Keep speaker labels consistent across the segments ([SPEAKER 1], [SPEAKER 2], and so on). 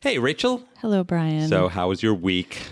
[SPEAKER 1] Hey, Rachel.
[SPEAKER 2] Hello, Brian.
[SPEAKER 1] So, how was your week?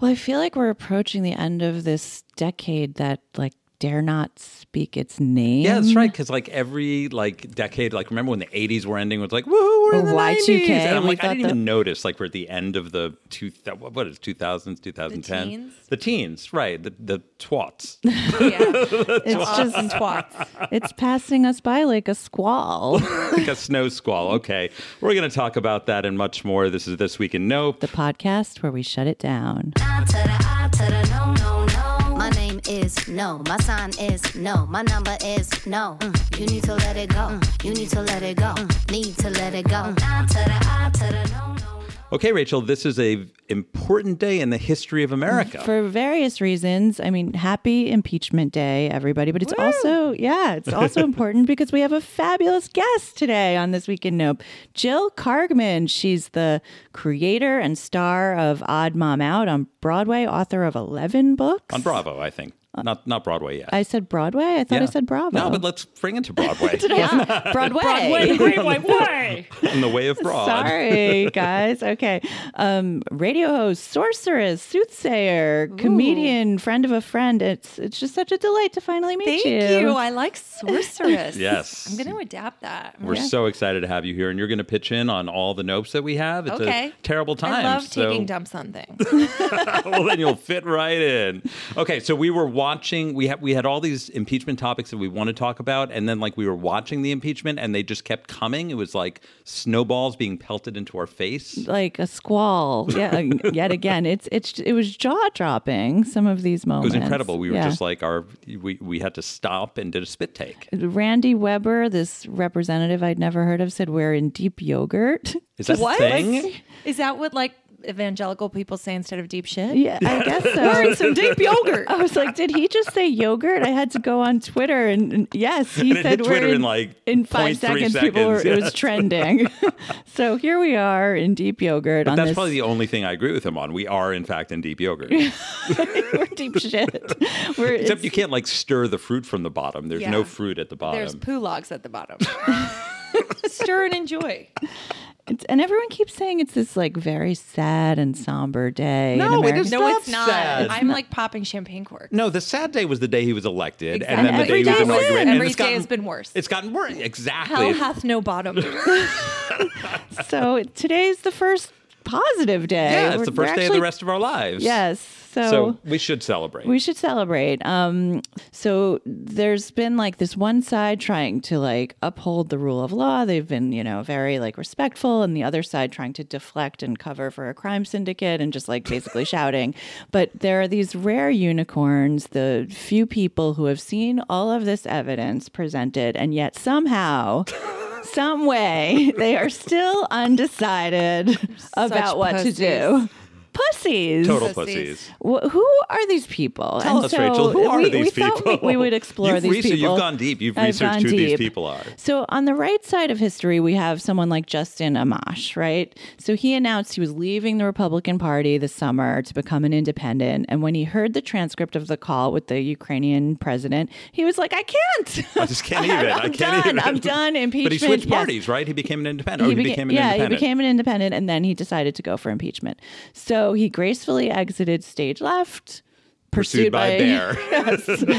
[SPEAKER 2] well, I feel like we're approaching the end of this decade that like dare not speak its name.
[SPEAKER 1] Yeah, that's right. Because like every like decade, like remember when the '80s were ending, it was like woohoo, we're in the
[SPEAKER 2] Or Y2K,
[SPEAKER 1] '90s, and I'm
[SPEAKER 2] we
[SPEAKER 1] like, I
[SPEAKER 2] thought
[SPEAKER 1] didn't
[SPEAKER 2] the-
[SPEAKER 1] even notice. Like we're at the end of the two, what is 2000s, 2010,
[SPEAKER 3] teens?
[SPEAKER 1] the teens, right? The the twats.
[SPEAKER 3] Yeah.
[SPEAKER 2] It's just
[SPEAKER 3] Twats.
[SPEAKER 2] it's passing us by like a squall.
[SPEAKER 1] like a snow squall. Okay. We're going to talk about that and much more. This is This Week in Nope.
[SPEAKER 2] the podcast where we shut it down.
[SPEAKER 4] I to the I to the no, no, no. My name is no. My sign is no. My number is no. Mm, You need to let it go. Mm, You need to let it go. Mm, Need to let it go. I to the I to the no, no, no.
[SPEAKER 1] Okay, Rachel, this is a important day in the history of America.
[SPEAKER 2] For various reasons. I mean, happy impeachment day, everybody. But it's also, yeah, it's also important because we have a fabulous guest today on This Weekend Nope. Jill Cargman. She's the creator and star of Odd Mom Out on Broadway, author of 11 books.
[SPEAKER 1] on Bravo, I think. Not not Broadway yet.
[SPEAKER 2] Uh, I said Broadway. I thought I
[SPEAKER 1] Yeah.
[SPEAKER 2] said Bravo.
[SPEAKER 1] No, but let's bring it to Broadway.
[SPEAKER 2] yeah, Broadway.
[SPEAKER 3] Great white way.
[SPEAKER 1] in the way of broad.
[SPEAKER 2] Sorry, guys. Okay. Um, radio host, sorceress, soothsayer, comedian, friend of a friend. It's it's just such a delight to finally meet
[SPEAKER 3] Thank
[SPEAKER 2] you.
[SPEAKER 3] you. I like sorceress.
[SPEAKER 1] Yes.
[SPEAKER 3] I'm going to adapt that.
[SPEAKER 1] We're so excited to have you here, and you're going to pitch in on all the nopes that we have. It's
[SPEAKER 3] okay.
[SPEAKER 1] a terrible time.
[SPEAKER 3] I love
[SPEAKER 1] so-
[SPEAKER 3] taking dumps on things.
[SPEAKER 1] well, then you'll fit right in. Okay, so we were watching. We had we had all these impeachment topics that we want to talk about, and then like we were watching the impeachment, and they just kept coming. It was like snowballs being pelted into our face.
[SPEAKER 2] Like a squall. Yeah. yet again, it's it's it was jaw dropping. Some of these
[SPEAKER 1] It was
[SPEAKER 2] moments.
[SPEAKER 1] incredible. We were
[SPEAKER 2] Yeah.
[SPEAKER 1] just like our we we had to stop and did a spit take.
[SPEAKER 2] Randy Weber, this representative I'd never heard of, said we're in deep yogurt.
[SPEAKER 1] Is that a thing?
[SPEAKER 3] Is that what like evangelical people say instead of deep shit?
[SPEAKER 2] Yeah, I guess so.
[SPEAKER 3] We're in some deep yogurt.
[SPEAKER 2] I was like, did he just say yogurt? I had to go on Twitter, and, and yes, he
[SPEAKER 1] And it
[SPEAKER 2] said
[SPEAKER 1] hit
[SPEAKER 2] we're
[SPEAKER 1] Twitter in, like,
[SPEAKER 2] in
[SPEAKER 1] 0.3
[SPEAKER 2] five seconds. people were,
[SPEAKER 1] seconds.
[SPEAKER 2] it was trending. so here we are in deep yogurt on
[SPEAKER 1] That's
[SPEAKER 2] this
[SPEAKER 1] probably the only thing I agree with him on. We are in fact in deep yogurt.
[SPEAKER 2] we're deep shit. We're,
[SPEAKER 1] Except
[SPEAKER 2] it's,
[SPEAKER 1] you can't like stir the fruit from the bottom. There's no
[SPEAKER 3] Yeah.
[SPEAKER 1] fruit at the bottom.
[SPEAKER 3] There's poo logs at the bottom. Stir and enjoy.
[SPEAKER 2] it's, and everyone keeps saying it's this like very sad and somber day. in
[SPEAKER 1] No, it
[SPEAKER 2] America.
[SPEAKER 1] is
[SPEAKER 3] No,
[SPEAKER 1] not
[SPEAKER 3] it's not.
[SPEAKER 1] sad.
[SPEAKER 3] I'm like popping champagne corks.
[SPEAKER 1] No, the sad day was the day he was elected,
[SPEAKER 3] Exactly.
[SPEAKER 1] and then the
[SPEAKER 2] Every
[SPEAKER 1] day he
[SPEAKER 2] day
[SPEAKER 1] was
[SPEAKER 2] since.
[SPEAKER 1] inaugurated. and
[SPEAKER 3] Every
[SPEAKER 1] it's
[SPEAKER 3] day
[SPEAKER 1] gotten-
[SPEAKER 3] has been worse.
[SPEAKER 1] It's gotten worse. Exactly.
[SPEAKER 3] Hell hath no bottom.
[SPEAKER 2] So today's the first positive day.
[SPEAKER 1] yeah,
[SPEAKER 2] We're-
[SPEAKER 1] it's the
[SPEAKER 2] we're
[SPEAKER 1] first day of
[SPEAKER 2] actually-
[SPEAKER 1] the rest of our lives.
[SPEAKER 2] Yes.
[SPEAKER 1] So we should celebrate.
[SPEAKER 2] We should celebrate. Um, so there's been like this one side trying to like uphold the rule of law. They've been, you know, very like respectful, and the other side trying to deflect and cover for a crime syndicate and just like basically shouting. But there are these rare unicorns, the few people who have seen all of this evidence presented, and yet somehow. Some way they are still undecided about what
[SPEAKER 3] pussies.
[SPEAKER 2] to do. Pussies.
[SPEAKER 1] Total pussies.
[SPEAKER 3] Pussies.
[SPEAKER 2] Wh- who are these people?
[SPEAKER 1] Tell
[SPEAKER 2] And
[SPEAKER 1] us, Rachel, who are
[SPEAKER 2] we,
[SPEAKER 1] these
[SPEAKER 2] we
[SPEAKER 1] people?
[SPEAKER 2] Thought we, we would explore
[SPEAKER 1] You've
[SPEAKER 2] these
[SPEAKER 1] researched-
[SPEAKER 2] people.
[SPEAKER 1] You've gone deep. You've
[SPEAKER 2] I've
[SPEAKER 1] researched
[SPEAKER 2] gone
[SPEAKER 1] who these
[SPEAKER 2] deep.
[SPEAKER 1] people are.
[SPEAKER 2] So on the right side of history, we have someone like Justin Amash, right? So he announced he was leaving the Republican Party this summer to become an independent. And when he heard the transcript of the call with the Ukrainian president, he was like, "I can't.
[SPEAKER 1] I just can't even. I
[SPEAKER 2] I'm
[SPEAKER 1] can't
[SPEAKER 2] done.
[SPEAKER 1] even.
[SPEAKER 2] I'm done. Impeachment."
[SPEAKER 1] But he switched
[SPEAKER 2] yes.
[SPEAKER 1] parties, right? He became an independent. or Oh, he
[SPEAKER 2] beca-
[SPEAKER 1] became an
[SPEAKER 2] yeah,
[SPEAKER 1] independent.
[SPEAKER 2] he became an independent, and then he decided to go for impeachment. So he gracefully exited stage left,
[SPEAKER 1] pursued, by a bear.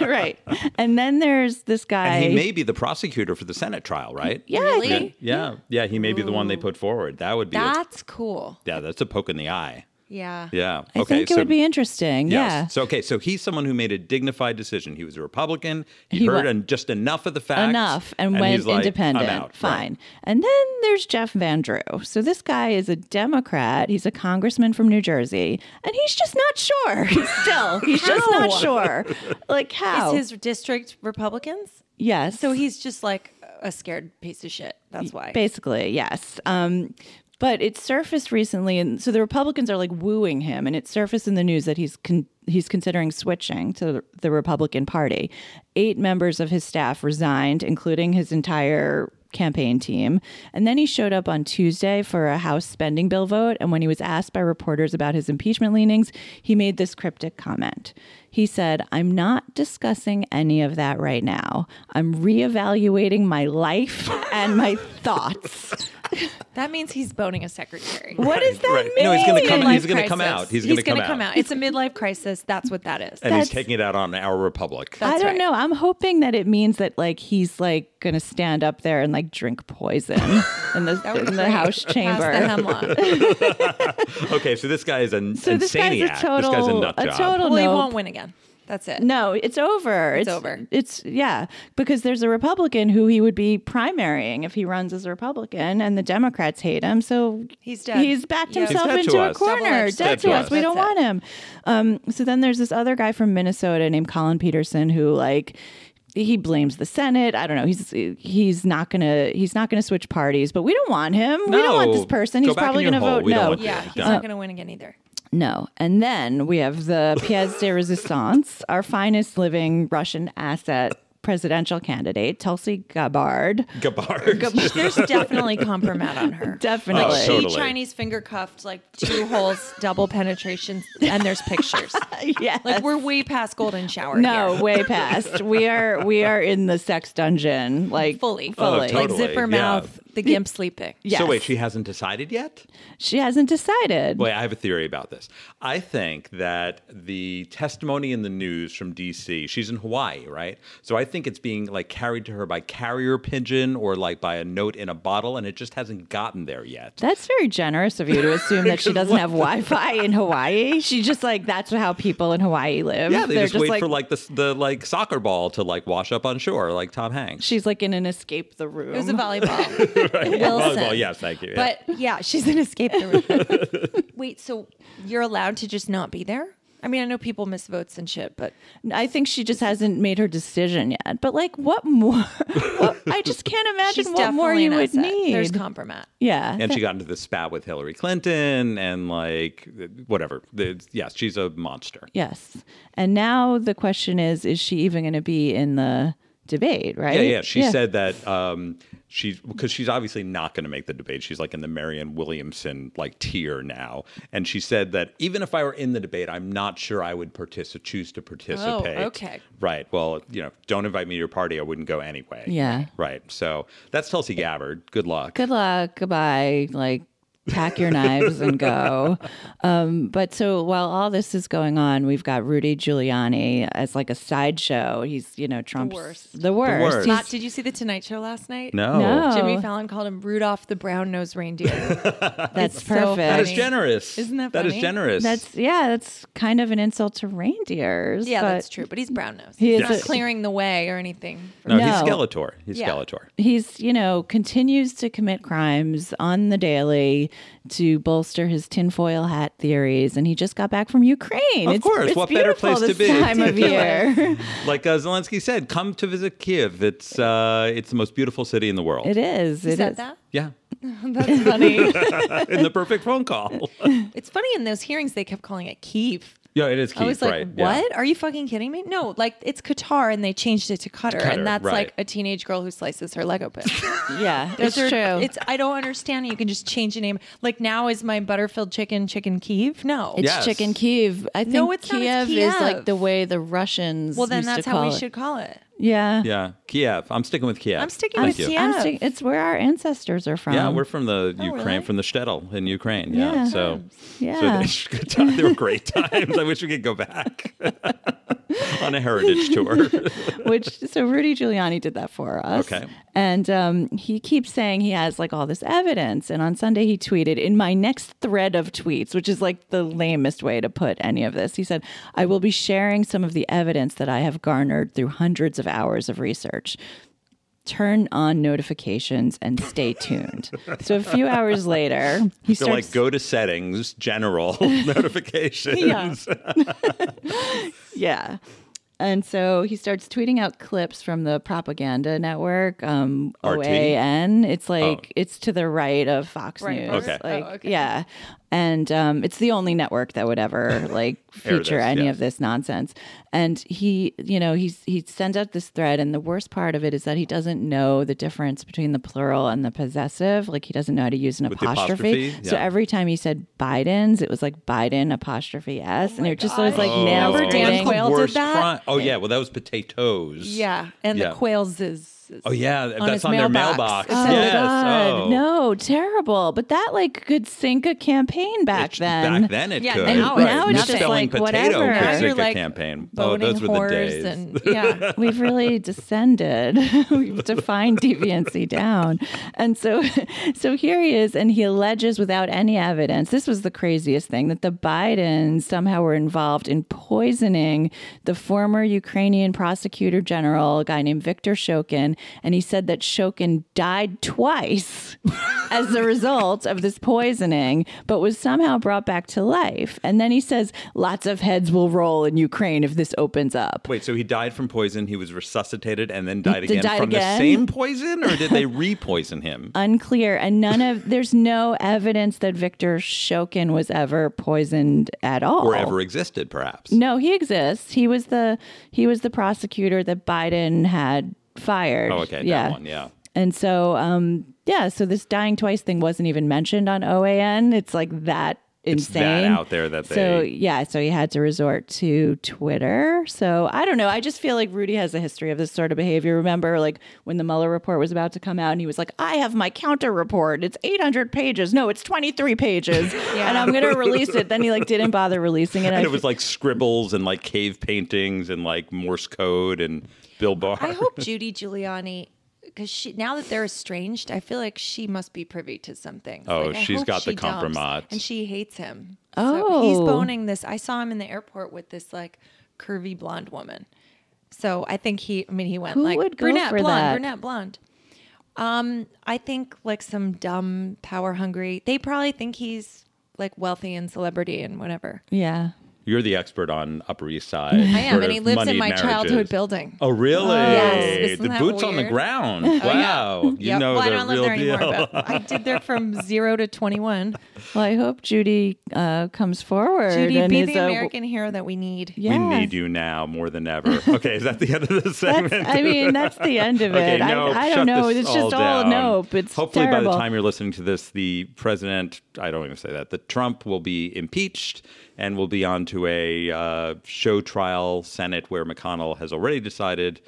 [SPEAKER 2] right. And then there's this guy.
[SPEAKER 1] and he may be the prosecutor for the Senate trial, right?
[SPEAKER 2] yeah, Oh.
[SPEAKER 3] Really?
[SPEAKER 2] I think-
[SPEAKER 1] Yeah. Yeah. He may be the one they put forward. That would be. a,
[SPEAKER 3] That's cool.
[SPEAKER 1] yeah. That's a poke in the eye.
[SPEAKER 3] Yeah.
[SPEAKER 1] Yeah.
[SPEAKER 2] I
[SPEAKER 1] okay.
[SPEAKER 2] think it
[SPEAKER 1] so
[SPEAKER 2] would be interesting.
[SPEAKER 1] Yes.
[SPEAKER 2] Yeah.
[SPEAKER 1] So okay, so he's someone who made a dignified decision. He was a Republican. He,
[SPEAKER 2] He
[SPEAKER 1] heard
[SPEAKER 2] wa-
[SPEAKER 1] and just enough of the facts.
[SPEAKER 2] Enough and,
[SPEAKER 1] he's
[SPEAKER 2] went
[SPEAKER 1] like,
[SPEAKER 2] independent.
[SPEAKER 1] I'm out.
[SPEAKER 2] Fine.
[SPEAKER 1] Right.
[SPEAKER 2] And then there's Jeff Van Drew. So this guy is a Democrat. He's a congressman from New Jersey, and he's just not sure. He's Still, he's just not sure. Like how?
[SPEAKER 3] Is his district Republicans?
[SPEAKER 2] yes.
[SPEAKER 3] So he's just like a scared piece of shit. That's why.
[SPEAKER 2] Basically, yes. Um, but it surfaced recently, and so the Republicans are like wooing him, and it surfaced in the news that he's con- he's considering switching to the Republican Party. Eight members of his staff resigned, including his entire campaign team. And then he showed up on Tuesday for a House spending bill vote. And when he was asked by reporters about his impeachment leanings, he made this cryptic comment. He said, I'm not discussing any of that right now. I'm reevaluating my life and my thoughts.
[SPEAKER 3] That means he's boning a secretary.
[SPEAKER 2] What does that
[SPEAKER 1] Right.
[SPEAKER 2] mean?
[SPEAKER 1] No, he's gonna come-
[SPEAKER 3] Midlife
[SPEAKER 1] he's gonna come
[SPEAKER 3] crisis.
[SPEAKER 1] out. He's
[SPEAKER 3] gonna,
[SPEAKER 1] gonna come
[SPEAKER 3] come
[SPEAKER 1] out.
[SPEAKER 3] out. It's a midlife crisis. That's what that is.
[SPEAKER 1] and he's
[SPEAKER 2] That's-
[SPEAKER 1] taking it out on our republic.
[SPEAKER 3] That's
[SPEAKER 2] I don't
[SPEAKER 3] right.
[SPEAKER 2] know. I'm hoping that it means that like he's like gonna stand up there and like drink poison in the in the house
[SPEAKER 3] Pass
[SPEAKER 2] chamber.
[SPEAKER 3] the hemlock.
[SPEAKER 1] okay, so this guy is an
[SPEAKER 2] so this guy's a
[SPEAKER 1] insaniac.
[SPEAKER 2] total,
[SPEAKER 1] this guy's a nut
[SPEAKER 2] a
[SPEAKER 1] job.
[SPEAKER 2] total
[SPEAKER 3] Well, he
[SPEAKER 2] no.
[SPEAKER 3] won't win again. That's it.
[SPEAKER 2] No, it's over. It's,
[SPEAKER 3] over.
[SPEAKER 2] It's yeah, because there's a Republican who he would be primarying if he runs as a Republican, and the Democrats hate him. So
[SPEAKER 3] He's dead.
[SPEAKER 2] He's backed
[SPEAKER 3] Yeah. He's
[SPEAKER 2] himself
[SPEAKER 1] dead to
[SPEAKER 2] into a
[SPEAKER 1] us.
[SPEAKER 2] corner,
[SPEAKER 1] sword.
[SPEAKER 2] dead,
[SPEAKER 3] Double-edged
[SPEAKER 2] to us. We
[SPEAKER 3] That's
[SPEAKER 2] don't
[SPEAKER 3] it.
[SPEAKER 2] want him. Um, so then there's this other guy from Minnesota named Colin Peterson who like. He blames the Senate. I don't know. He's he's not gonna he's not gonna switch parties, but we don't want him. we don't want
[SPEAKER 1] No.
[SPEAKER 2] this person.
[SPEAKER 1] Go
[SPEAKER 2] he's
[SPEAKER 1] back in
[SPEAKER 2] probably
[SPEAKER 1] your
[SPEAKER 2] gonna
[SPEAKER 1] hole.
[SPEAKER 2] vote
[SPEAKER 1] We don't
[SPEAKER 2] no.
[SPEAKER 1] want
[SPEAKER 3] Yeah, he's
[SPEAKER 1] Yeah.
[SPEAKER 3] not going to win again either.
[SPEAKER 2] No. And then we have the pièce de résistance, our finest living Russian asset presidential candidate, Tulsi Gabbard.
[SPEAKER 1] Gabbard.
[SPEAKER 3] There's definitely compromat on her.
[SPEAKER 2] Definitely.
[SPEAKER 1] Oh,
[SPEAKER 3] Like, she
[SPEAKER 1] totally.
[SPEAKER 3] Chinese finger cuffed, like two holes, double penetration, and there's pictures.
[SPEAKER 2] Yes.
[SPEAKER 3] Like we're way past golden shower.
[SPEAKER 2] no,
[SPEAKER 3] here.
[SPEAKER 2] way past. We are we are in the sex dungeon, like
[SPEAKER 3] fully,
[SPEAKER 2] fully.
[SPEAKER 1] Oh,
[SPEAKER 3] like
[SPEAKER 1] totally.
[SPEAKER 3] zipper
[SPEAKER 1] Yeah.
[SPEAKER 3] mouth, the gimp sleeping.
[SPEAKER 2] Yes.
[SPEAKER 1] So wait, she hasn't decided yet?
[SPEAKER 2] she hasn't decided.
[SPEAKER 1] Wait, I have a theory about this. I think that the testimony in the news from DC, she's in Hawaii, right? So I think it's being like carried to her by carrier pigeon or like by a note in a bottle, and it just hasn't gotten there yet.
[SPEAKER 2] That's very generous of you to assume that she doesn't
[SPEAKER 1] what
[SPEAKER 2] have Wi-Fi in Hawaii. She just like that's how people in Hawaii live.
[SPEAKER 1] yeah, they
[SPEAKER 2] They're
[SPEAKER 1] just, wait for like the, the like soccer ball to like wash up on shore, like Tom Hanks.
[SPEAKER 2] she's like in an escape the room.
[SPEAKER 3] It was a volleyball. Wilson.
[SPEAKER 1] Volleyball, yes, thank you. yeah.
[SPEAKER 3] But yeah, she's an escape the room. Wait, so you're allowed to just not be there? I mean, I know people miss votes and shit, but
[SPEAKER 2] I think she just hasn't made her decision yet. But like, what more? what- I just can't imagine
[SPEAKER 3] she's
[SPEAKER 2] what
[SPEAKER 3] definitely
[SPEAKER 2] more you
[SPEAKER 3] an
[SPEAKER 2] would
[SPEAKER 3] asset.
[SPEAKER 2] need.
[SPEAKER 3] There's compromat.
[SPEAKER 2] yeah,
[SPEAKER 1] and she got into the spat with Hillary Clinton and like whatever. The- Yes, she's a monster.
[SPEAKER 2] yes. And now the question is: Is she even going to be in the debate? Right?
[SPEAKER 1] Yeah, yeah. She said that um, she's because she's obviously not going to make the debate. She's like in the Marianne Williamson like tier now, and she said that even if I were in the debate, I'm not sure I would partici- choose to participate.
[SPEAKER 3] okay.
[SPEAKER 1] Right. Well, you know, don't invite me to your party. I wouldn't go anyway.
[SPEAKER 2] Yeah.
[SPEAKER 1] Right. So that's Tulsi Gabbard. Good luck.
[SPEAKER 2] Good luck. Goodbye. Like. Pack your knives and go. Um, but so while all this is going on, we've got Rudy Giuliani as like a sideshow. He's, you know, Trump's
[SPEAKER 3] worst.
[SPEAKER 2] The worst.
[SPEAKER 1] worst.
[SPEAKER 2] He's-
[SPEAKER 3] Matt, did you see the Tonight Show last night?
[SPEAKER 1] No.
[SPEAKER 2] No.
[SPEAKER 3] Jimmy Fallon called him Rudolph the Brown-Nosed Reindeer.
[SPEAKER 2] that's
[SPEAKER 3] so
[SPEAKER 2] perfect.
[SPEAKER 1] That is
[SPEAKER 3] funny.
[SPEAKER 1] generous.
[SPEAKER 3] Isn't that
[SPEAKER 1] That is
[SPEAKER 3] funny?
[SPEAKER 1] generous.
[SPEAKER 2] That's yeah. That's kind of an insult to reindeers.
[SPEAKER 3] yeah,
[SPEAKER 2] but
[SPEAKER 3] that's true, but he's brown-nosed.
[SPEAKER 2] He
[SPEAKER 3] He's
[SPEAKER 2] is
[SPEAKER 3] not
[SPEAKER 2] a-
[SPEAKER 3] clearing the way or anything.
[SPEAKER 1] no, He's
[SPEAKER 2] No.
[SPEAKER 1] Skeletor. He's
[SPEAKER 3] Yeah.
[SPEAKER 1] Skeletor.
[SPEAKER 2] He's you know continues to commit crimes on the daily to bolster his tinfoil hat theories, and he just got back from Ukraine. Of
[SPEAKER 1] course.
[SPEAKER 2] it's
[SPEAKER 1] What better
[SPEAKER 2] beautiful
[SPEAKER 1] place to
[SPEAKER 2] this
[SPEAKER 1] be?
[SPEAKER 2] time of year?
[SPEAKER 1] Like uh, Zelensky said, come to visit Kiev. It's uh, it's the most beautiful city in the world.
[SPEAKER 2] it is. It
[SPEAKER 3] He
[SPEAKER 2] is.
[SPEAKER 3] said that?
[SPEAKER 1] yeah.
[SPEAKER 3] That's funny.
[SPEAKER 1] in the perfect phone call.
[SPEAKER 3] it's funny in those hearings they kept calling it Kiev.
[SPEAKER 1] yeah, it is Keith,
[SPEAKER 3] I was like,
[SPEAKER 1] right? yeah.
[SPEAKER 3] "What? Are you fucking kidding me?" No, like it's Qatar, and they changed it to Qatar,
[SPEAKER 1] Qatar,
[SPEAKER 3] and that's
[SPEAKER 1] right.
[SPEAKER 3] like a teenage girl who slices her leg open.
[SPEAKER 2] Yeah, it's
[SPEAKER 3] Those
[SPEAKER 2] true.
[SPEAKER 3] are- It's I don't understand. You can just change the name. Like now, is my Butterfield chicken chicken Kiev? No,
[SPEAKER 2] It's
[SPEAKER 1] Yes.
[SPEAKER 2] chicken Kiev. I think
[SPEAKER 3] No, it's not,
[SPEAKER 2] Kiev,
[SPEAKER 3] it's
[SPEAKER 2] is like
[SPEAKER 3] Kiev.
[SPEAKER 2] the way the Russians.
[SPEAKER 3] well, then
[SPEAKER 2] used to
[SPEAKER 3] that's how we
[SPEAKER 2] call it.
[SPEAKER 3] should call it.
[SPEAKER 2] Yeah.
[SPEAKER 1] Yeah, Kiev. I'm sticking with Kiev.
[SPEAKER 3] I'm sticking
[SPEAKER 1] Thank
[SPEAKER 3] with
[SPEAKER 1] you.
[SPEAKER 3] Kiev. Oh,
[SPEAKER 2] I'm saying it's where our ancestors are from.
[SPEAKER 1] Yeah, we're from the Ukraine,
[SPEAKER 3] really?
[SPEAKER 1] from the shtetl in Ukraine. Yeah,
[SPEAKER 2] Yeah.
[SPEAKER 1] so
[SPEAKER 2] Yeah.
[SPEAKER 1] so they, good time. they were great times. I wish we could go back on a heritage tour.
[SPEAKER 2] which so Rudy Giuliani did that for us.
[SPEAKER 1] Okay.
[SPEAKER 2] And um, he keeps saying he has like all this evidence. And on Sunday, he tweeted in my next thread of tweets, which is like the lamest way to put any of this. He said, I will be sharing some of the evidence that I have garnered through hundreds of hours of research. Turn on notifications and stay tuned. so a few hours later, he
[SPEAKER 1] They're
[SPEAKER 2] starts
[SPEAKER 1] like, go to settings, general notifications.
[SPEAKER 2] Yeah. Yeah. And so he starts tweeting out clips from the propaganda network, um,
[SPEAKER 1] RT?
[SPEAKER 2] OAN. It's like
[SPEAKER 1] Oh.
[SPEAKER 2] it's to the right of Fox
[SPEAKER 3] Right,
[SPEAKER 2] News.
[SPEAKER 3] right,
[SPEAKER 1] right.
[SPEAKER 2] Like,
[SPEAKER 3] Oh, okay.
[SPEAKER 2] yeah. and um, it's the only network that would ever like
[SPEAKER 1] Air
[SPEAKER 2] feature
[SPEAKER 1] this,
[SPEAKER 2] any
[SPEAKER 1] yeah.
[SPEAKER 2] of this nonsense. And he, you know, he's he sends out this thread, and the worst part of it is that he doesn't know the difference between the plural and the possessive. Like he doesn't know how to use an
[SPEAKER 1] With the
[SPEAKER 2] apostrophe.
[SPEAKER 1] apostrophe,
[SPEAKER 2] So
[SPEAKER 1] yeah.
[SPEAKER 2] every time he said Biden's, it was like Biden apostrophe s, and it just was like nail
[SPEAKER 3] Remember Dan
[SPEAKER 2] biting.
[SPEAKER 3] Quayle did that?
[SPEAKER 1] Oh yeah, well that was potatoes.
[SPEAKER 3] Yeah, and
[SPEAKER 1] Yeah.
[SPEAKER 3] the quails is. is-
[SPEAKER 1] Oh yeah, that's
[SPEAKER 3] his
[SPEAKER 1] on their mailbox.
[SPEAKER 3] mailbox.
[SPEAKER 2] Oh
[SPEAKER 1] yes.
[SPEAKER 2] God!
[SPEAKER 1] Oh.
[SPEAKER 2] No, terrible. But that like could sink a campaign back
[SPEAKER 1] It's-
[SPEAKER 2] then.
[SPEAKER 1] Back then it
[SPEAKER 3] Yeah,
[SPEAKER 1] could.
[SPEAKER 3] now
[SPEAKER 1] right.
[SPEAKER 3] it's
[SPEAKER 2] now it's just
[SPEAKER 1] Misspelling
[SPEAKER 2] like
[SPEAKER 1] potato
[SPEAKER 2] whatever.
[SPEAKER 1] could
[SPEAKER 2] Now
[SPEAKER 1] sink
[SPEAKER 3] you're
[SPEAKER 1] a
[SPEAKER 3] like
[SPEAKER 1] campaign. Oh,
[SPEAKER 3] Boning
[SPEAKER 1] those were the
[SPEAKER 3] whores
[SPEAKER 1] days.
[SPEAKER 3] and yeah,
[SPEAKER 2] We've really descended. We've defined deviancy down. And so so here he is and he alleges without any evidence. This was the craziest thing that the Bidens somehow were involved in poisoning the former Ukrainian prosecutor general, a guy named Viktor Shokin, and he said that Shokin died twice as a result of this poisoning, but was somehow brought back to life. And then he says lots of heads will roll in Ukraine if this opens up.
[SPEAKER 1] Wait, so he died from poison. He was resuscitated and then died
[SPEAKER 2] He
[SPEAKER 1] again
[SPEAKER 2] died
[SPEAKER 1] from
[SPEAKER 2] again?
[SPEAKER 1] the same poison, or did they re-poison him?
[SPEAKER 2] unclear and none of there's no evidence that Victor Shokin was ever poisoned at all
[SPEAKER 1] or ever existed, perhaps.
[SPEAKER 2] No, he exists. He was the he was the prosecutor that Biden had fired.
[SPEAKER 1] Oh, okay, that one, yeah.
[SPEAKER 2] And so um yeah, so this dying twice thing wasn't even mentioned on OAN. It's like that
[SPEAKER 1] It's that
[SPEAKER 2] insane
[SPEAKER 1] out there that
[SPEAKER 2] So
[SPEAKER 1] they-
[SPEAKER 2] yeah, so he had to resort to Twitter. So I don't know. I just feel like Rudy has a history of this sort of behavior. Remember, like when the Mueller report was about to come out, and he was like, "I have my counter report. It's 800 pages. No, it's 23 pages, and I'm going to release it." Then he like didn't bother releasing it. I
[SPEAKER 1] And it
[SPEAKER 2] f-
[SPEAKER 1] was like scribbles and like cave paintings and like Morse code and Bill Barr.
[SPEAKER 3] I hope Judy Giuliani, because she now that they're estranged, I feel like she must be privy to something.
[SPEAKER 1] Oh,
[SPEAKER 3] like, I
[SPEAKER 1] she's
[SPEAKER 3] hope
[SPEAKER 1] got the
[SPEAKER 3] she dumps,
[SPEAKER 1] compromise.
[SPEAKER 3] and she hates him. so he's
[SPEAKER 2] Oh.
[SPEAKER 3] boning this. I saw him in the airport with this like curvy blonde woman. So I think he. I mean, he went
[SPEAKER 2] Who
[SPEAKER 3] like
[SPEAKER 2] would go
[SPEAKER 3] brunette,
[SPEAKER 2] for
[SPEAKER 3] blonde,
[SPEAKER 2] that?
[SPEAKER 3] brunette, blonde. Um, I think like some dumb, power hungry. They probably think he's like wealthy and celebrity and whatever.
[SPEAKER 2] yeah.
[SPEAKER 1] You're the expert on Upper East Side.
[SPEAKER 3] I am, and he lives in my childhood building.
[SPEAKER 1] Oh really?
[SPEAKER 3] Yes, isn't
[SPEAKER 1] the
[SPEAKER 3] that
[SPEAKER 1] boots on the
[SPEAKER 3] weird? Oh,
[SPEAKER 1] ground. Wow, you
[SPEAKER 3] Yep.
[SPEAKER 1] know
[SPEAKER 3] well,
[SPEAKER 1] the
[SPEAKER 3] I don't
[SPEAKER 1] real
[SPEAKER 3] live there
[SPEAKER 1] deal.
[SPEAKER 3] anymore, but I did there from zero to 21.
[SPEAKER 2] Well, I hope Judy uh, comes forward.
[SPEAKER 3] Judy,
[SPEAKER 2] and
[SPEAKER 3] be
[SPEAKER 2] is
[SPEAKER 3] the
[SPEAKER 2] a-
[SPEAKER 3] American hero that we need.
[SPEAKER 1] We
[SPEAKER 2] Yes.
[SPEAKER 1] need you now more than ever. Okay, is that the end of the segment?
[SPEAKER 2] I mean, that's the end of it.
[SPEAKER 1] Okay,
[SPEAKER 2] I,
[SPEAKER 1] nope,
[SPEAKER 2] I don't
[SPEAKER 1] shut
[SPEAKER 2] know.
[SPEAKER 1] this
[SPEAKER 2] It's just all
[SPEAKER 1] down.
[SPEAKER 2] nope. It's
[SPEAKER 1] hopefully
[SPEAKER 2] terrible.
[SPEAKER 1] by the time you're listening to this, the president, I don't even say that, the Trump will be impeached and will be on to a uh, show trial Senate where McConnell has already decided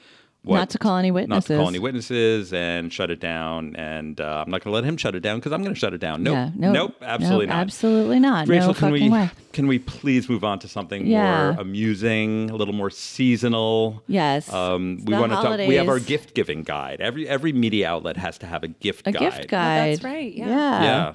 [SPEAKER 1] what,
[SPEAKER 2] Not to call any
[SPEAKER 1] not to call
[SPEAKER 2] witnesses.
[SPEAKER 1] any witnesses and shut it down. And uh, I'm not going to let him shut it down because I'm going to shut it down. Nope,
[SPEAKER 2] Yeah, nope,
[SPEAKER 1] nope, absolutely
[SPEAKER 2] nope,
[SPEAKER 1] not.
[SPEAKER 2] absolutely not.
[SPEAKER 1] Rachel,
[SPEAKER 2] No
[SPEAKER 1] can we
[SPEAKER 2] fucking way.
[SPEAKER 1] can we please move on to something
[SPEAKER 2] Yeah.
[SPEAKER 1] more amusing, a little more seasonal?
[SPEAKER 2] Yes.
[SPEAKER 1] Um,
[SPEAKER 2] It's
[SPEAKER 1] we
[SPEAKER 2] the
[SPEAKER 1] want to talk. We have our
[SPEAKER 2] holidays.
[SPEAKER 1] gift giving guide. Every every media outlet has to have a gift
[SPEAKER 2] a
[SPEAKER 1] guide.
[SPEAKER 2] gift guide.
[SPEAKER 3] that's right, yeah.
[SPEAKER 1] Yeah.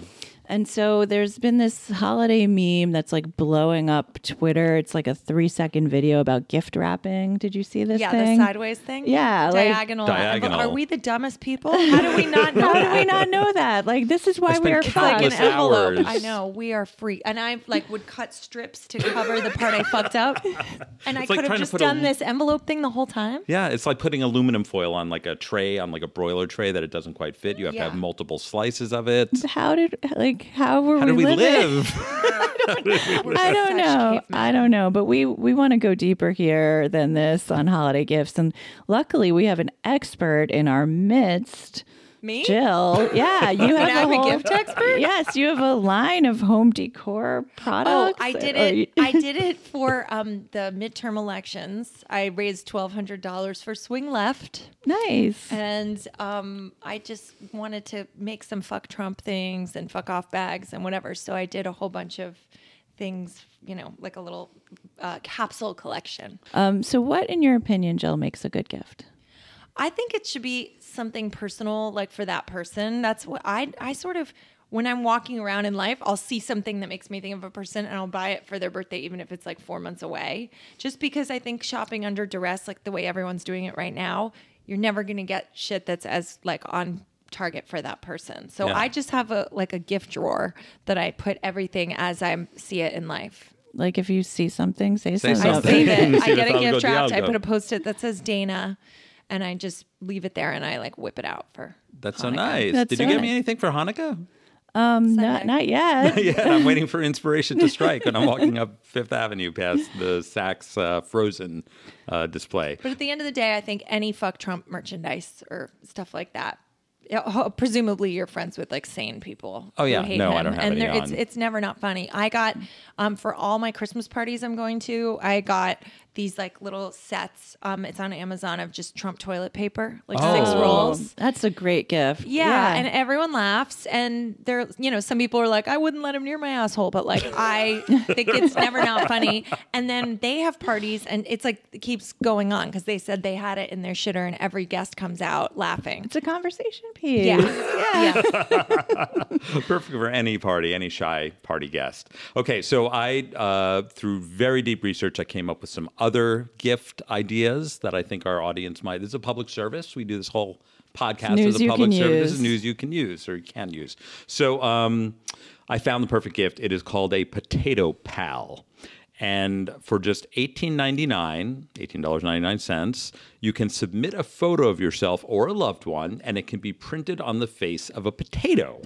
[SPEAKER 2] And so there's been this holiday meme that's like blowing up Twitter. It's like a three second video about gift wrapping. Did you see this
[SPEAKER 3] Yeah,
[SPEAKER 2] thing?
[SPEAKER 3] the sideways thing.
[SPEAKER 2] Yeah, like-
[SPEAKER 3] diagonal.
[SPEAKER 1] Diagonal.
[SPEAKER 3] Are we the dumbest people? How do we not know?
[SPEAKER 2] How do
[SPEAKER 3] that?
[SPEAKER 2] we not know that? Like, this is why
[SPEAKER 1] It's
[SPEAKER 2] we
[SPEAKER 1] been
[SPEAKER 2] are
[SPEAKER 1] countless Like
[SPEAKER 2] fucked.
[SPEAKER 1] an envelope. hours.
[SPEAKER 3] I know we are free, and I like would cut strips to cover the part I fucked up, and I
[SPEAKER 1] It's like trying
[SPEAKER 3] could
[SPEAKER 1] to
[SPEAKER 3] have just
[SPEAKER 1] put a-
[SPEAKER 3] done this envelope thing the whole time.
[SPEAKER 1] Yeah, it's like putting aluminum foil on like a tray, on like a broiler tray that it doesn't quite fit. You have to
[SPEAKER 3] Yeah.
[SPEAKER 1] have multiple slices of it.
[SPEAKER 2] How did like how were
[SPEAKER 1] How
[SPEAKER 2] we
[SPEAKER 1] do we
[SPEAKER 2] living?
[SPEAKER 1] live?
[SPEAKER 3] We're
[SPEAKER 2] I don't
[SPEAKER 3] such
[SPEAKER 2] know.
[SPEAKER 3] cavemen.
[SPEAKER 2] I don't know. But we we want to go deeper here than this on holiday gifts, and luckily we have an expert in our midst.
[SPEAKER 3] Me?
[SPEAKER 2] Jill, yeah, you have
[SPEAKER 3] I'm
[SPEAKER 2] a,
[SPEAKER 3] a
[SPEAKER 2] whole,
[SPEAKER 3] gift expert?
[SPEAKER 2] Yes, you have a line of home decor
[SPEAKER 3] Oh,
[SPEAKER 2] products.
[SPEAKER 3] I did
[SPEAKER 2] Or you-
[SPEAKER 3] it. I did it for um, the midterm elections. I raised twelve hundred dollars for Swing Left,
[SPEAKER 2] nice.
[SPEAKER 3] and um, I just wanted to make some fuck Trump things and fuck off bags and whatever. So I did a whole bunch of things, you know, like a little uh, capsule collection.
[SPEAKER 2] Um, so, what, in your opinion, Jill makes a good gift?
[SPEAKER 3] I think it should be something personal, like for that person. That's what I I sort of when I'm walking around in life, I'll see something that makes me think of a person and I'll buy it for their birthday, even if it's like four months away. Just because I think shopping under duress, like the way everyone's doing it right now, you're never gonna get shit that's as like on target for that person. So
[SPEAKER 1] Yeah.
[SPEAKER 3] I just have a like a gift drawer that I put everything as I see it in life.
[SPEAKER 2] Like, if you see something, say,
[SPEAKER 1] Say
[SPEAKER 2] something.
[SPEAKER 3] I
[SPEAKER 1] something.
[SPEAKER 3] save it.
[SPEAKER 1] See the
[SPEAKER 3] I get a
[SPEAKER 1] thumbs go
[SPEAKER 3] gift
[SPEAKER 1] down,
[SPEAKER 3] draft. I
[SPEAKER 1] go.
[SPEAKER 3] put a post it that says Dana, and I just leave it there and I like whip it out for.
[SPEAKER 1] That's so
[SPEAKER 3] Hanukkah.
[SPEAKER 1] nice.
[SPEAKER 2] That's
[SPEAKER 1] Did
[SPEAKER 2] so
[SPEAKER 1] you get
[SPEAKER 2] nice.
[SPEAKER 1] me anything for Hanukkah?
[SPEAKER 2] Um, not, not yet.
[SPEAKER 1] yeah, and I'm waiting for inspiration to strike when I'm walking up Fifth Avenue past the Saks uh, Frozen uh, display.
[SPEAKER 3] But at the end of the day, I think any fuck Trump merchandise or stuff like that. yeah, ho- Presumably, you're friends with like sane people.
[SPEAKER 1] Oh,
[SPEAKER 3] who
[SPEAKER 1] yeah.
[SPEAKER 3] hate
[SPEAKER 1] No, I
[SPEAKER 3] him.
[SPEAKER 1] don't have
[SPEAKER 3] and
[SPEAKER 1] any
[SPEAKER 3] there- it's
[SPEAKER 1] on.
[SPEAKER 3] it's never not funny. I got um, for all my Christmas parties I'm going to, I got these like little sets. Um, it's on Amazon of just Trump toilet paper, like six
[SPEAKER 1] Oh.
[SPEAKER 3] rolls.
[SPEAKER 2] That's a great gift.
[SPEAKER 3] Yeah, and everyone laughs, and there, you know, some people are like, "I wouldn't let him near my asshole," but like, I think it's never not funny. And then they have parties, and it's like it keeps going on because they said they had it in their shitter, and every guest comes out laughing.
[SPEAKER 2] it's a conversation piece.
[SPEAKER 3] Yeah, yeah.
[SPEAKER 1] Perfect for any party, any shy party guest. Okay, so I, uh, through very deep research, I came up with some other gift ideas that I think our audience might. This is a public service. We do this whole podcast
[SPEAKER 2] news
[SPEAKER 1] as a
[SPEAKER 2] you
[SPEAKER 1] public
[SPEAKER 2] can
[SPEAKER 1] service. This is
[SPEAKER 2] use.
[SPEAKER 1] news you can use or you can use. So um, I found the perfect gift. It is called a potato pal. And for just $18.99, $18.99, you can submit a photo of yourself or a loved one, and it can be printed on the face of a potato.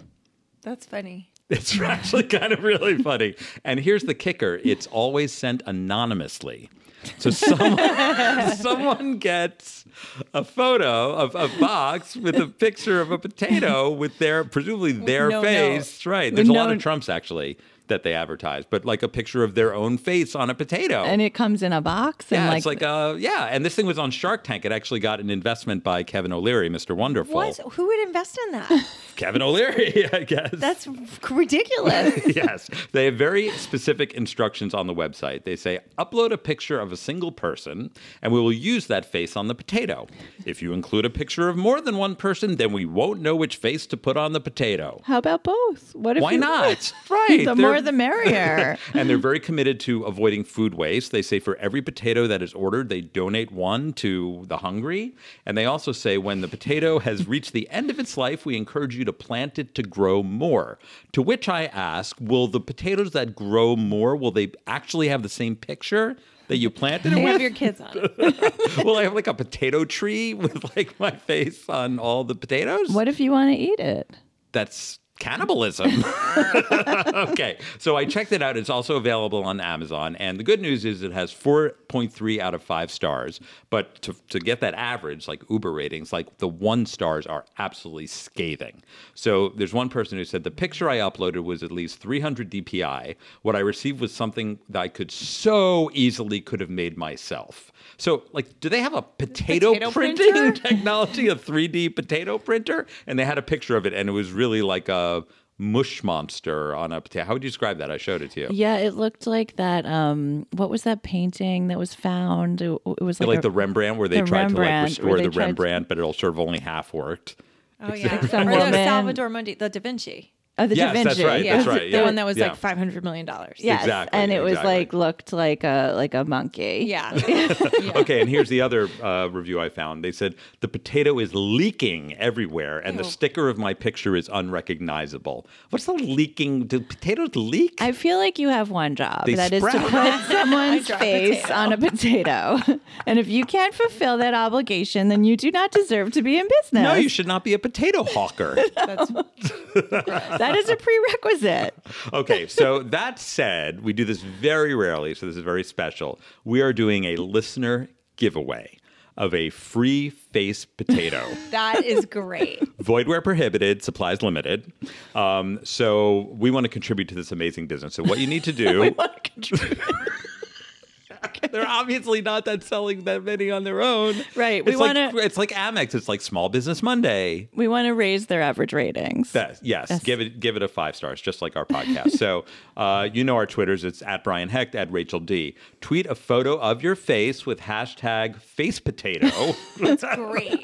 [SPEAKER 3] That's funny.
[SPEAKER 1] It's actually kind of really funny. And here's the kicker it's always sent anonymously. So someone, someone gets a photo of a box with a picture of a potato with their, presumably their
[SPEAKER 3] no
[SPEAKER 1] face. Right. There's a lot of
[SPEAKER 2] no-
[SPEAKER 1] Trumps actually that they advertise, but like a picture of their own face on a potato.
[SPEAKER 2] And it comes in a box and
[SPEAKER 1] yeah,
[SPEAKER 2] like,
[SPEAKER 1] it's like uh yeah, and this thing was on Shark Tank. It actually got an investment by Kevin O'Leary, Mr. Wonderful.
[SPEAKER 3] What? Who would invest in that?
[SPEAKER 1] Kevin O'Leary, I guess.
[SPEAKER 3] That's ridiculous.
[SPEAKER 1] yes. They have very specific instructions on the website. They say upload a picture of a single person and we will use that face on the potato. If you include a picture of more than one person, then we won't know which face to put on the potato.
[SPEAKER 2] how about both? What if
[SPEAKER 1] Why
[SPEAKER 2] you-
[SPEAKER 1] not? Right. They're-
[SPEAKER 2] the more the merrier.
[SPEAKER 1] and they're very committed to avoiding food waste. They say for every potato that is ordered, they donate one to the hungry. And they also say when the potato has reached the end of its life, we encourage you to plant it to grow more. To which I ask, will the potatoes that grow more, will they actually have the same picture? That you planted it
[SPEAKER 3] They have
[SPEAKER 1] with?
[SPEAKER 3] your kids on it.
[SPEAKER 1] Will I have like a potato tree with like my face on all the potatoes?
[SPEAKER 2] what if you want to eat it?
[SPEAKER 1] that's cannibalism. okay, so I checked it out. It's also available on Amazon, and the good news is it has 4.3 out of five stars. But to, to get that average, like Uber ratings, like the one stars are absolutely scathing. So there's one person who said the picture I uploaded was at least 300 DPI. What I received was something that I could so easily could have made myself. So, like, do they have a potato,
[SPEAKER 3] Potato
[SPEAKER 1] printing
[SPEAKER 3] printer?
[SPEAKER 1] technology, a 3D potato printer, and they had a picture of it, and it was really like a mush monster on a potato. How would you describe that? I showed it to you.
[SPEAKER 2] Yeah, it looked like that. Um, what was that painting that was found? It, it was like,
[SPEAKER 1] Like
[SPEAKER 2] a-
[SPEAKER 1] the Rembrandt, where they
[SPEAKER 2] the
[SPEAKER 1] tried
[SPEAKER 2] Rembrandt,
[SPEAKER 1] to like
[SPEAKER 2] where
[SPEAKER 1] restore
[SPEAKER 2] they
[SPEAKER 1] the
[SPEAKER 2] tried to-
[SPEAKER 1] Rembrandt, but it all sort of only half worked.
[SPEAKER 3] Oh yeah.
[SPEAKER 2] some
[SPEAKER 3] Or the
[SPEAKER 2] woman-
[SPEAKER 3] Salvador Mundi, the Da Vinci.
[SPEAKER 2] oh, the Da
[SPEAKER 1] Yes, that's
[SPEAKER 2] Vinci.
[SPEAKER 1] right,
[SPEAKER 3] Yeah,
[SPEAKER 1] that's right, yeah.
[SPEAKER 3] the one that was
[SPEAKER 1] Yeah.
[SPEAKER 3] like five hundred million dollars.
[SPEAKER 2] Yes,
[SPEAKER 1] Exactly,
[SPEAKER 2] and it was
[SPEAKER 1] exactly.
[SPEAKER 2] like looked like a like a monkey.
[SPEAKER 3] yeah.
[SPEAKER 1] Okay, and here's the other uh, review I found. They said the potato is leaking everywhere, and the sticker of my picture is unrecognizable. What's the leaking? Do potatoes leak?
[SPEAKER 2] I feel like you have one job
[SPEAKER 1] They
[SPEAKER 2] that is
[SPEAKER 1] sprout.
[SPEAKER 2] to put someone's
[SPEAKER 3] drop
[SPEAKER 2] face
[SPEAKER 3] potato.
[SPEAKER 2] on a potato, and if you can't fulfill that obligation, then you do not deserve to be in business.
[SPEAKER 1] no, you should not be a potato hawker.
[SPEAKER 3] That's
[SPEAKER 2] That is a prerequisite.
[SPEAKER 1] okay, so that said, we do this very rarely, so this is very special. We are doing a listener giveaway of a free face potato.
[SPEAKER 3] that is great.
[SPEAKER 1] Void where prohibited, supplies limited. Um, so we want to contribute to this amazing business. So what you need to do, they're obviously not that selling that many on their own.
[SPEAKER 2] Right, we
[SPEAKER 1] It's like,
[SPEAKER 2] wanna-
[SPEAKER 1] it's like Amex. It's like Small Business Monday.
[SPEAKER 2] we want to raise their average ratings.
[SPEAKER 1] That, yes, give it give it a five stars, just like our podcast. so uh, you know our Twitters. It's at Brian Hecht, at Rachel D. Tweet a photo of your face with hashtag face potato,
[SPEAKER 3] Great.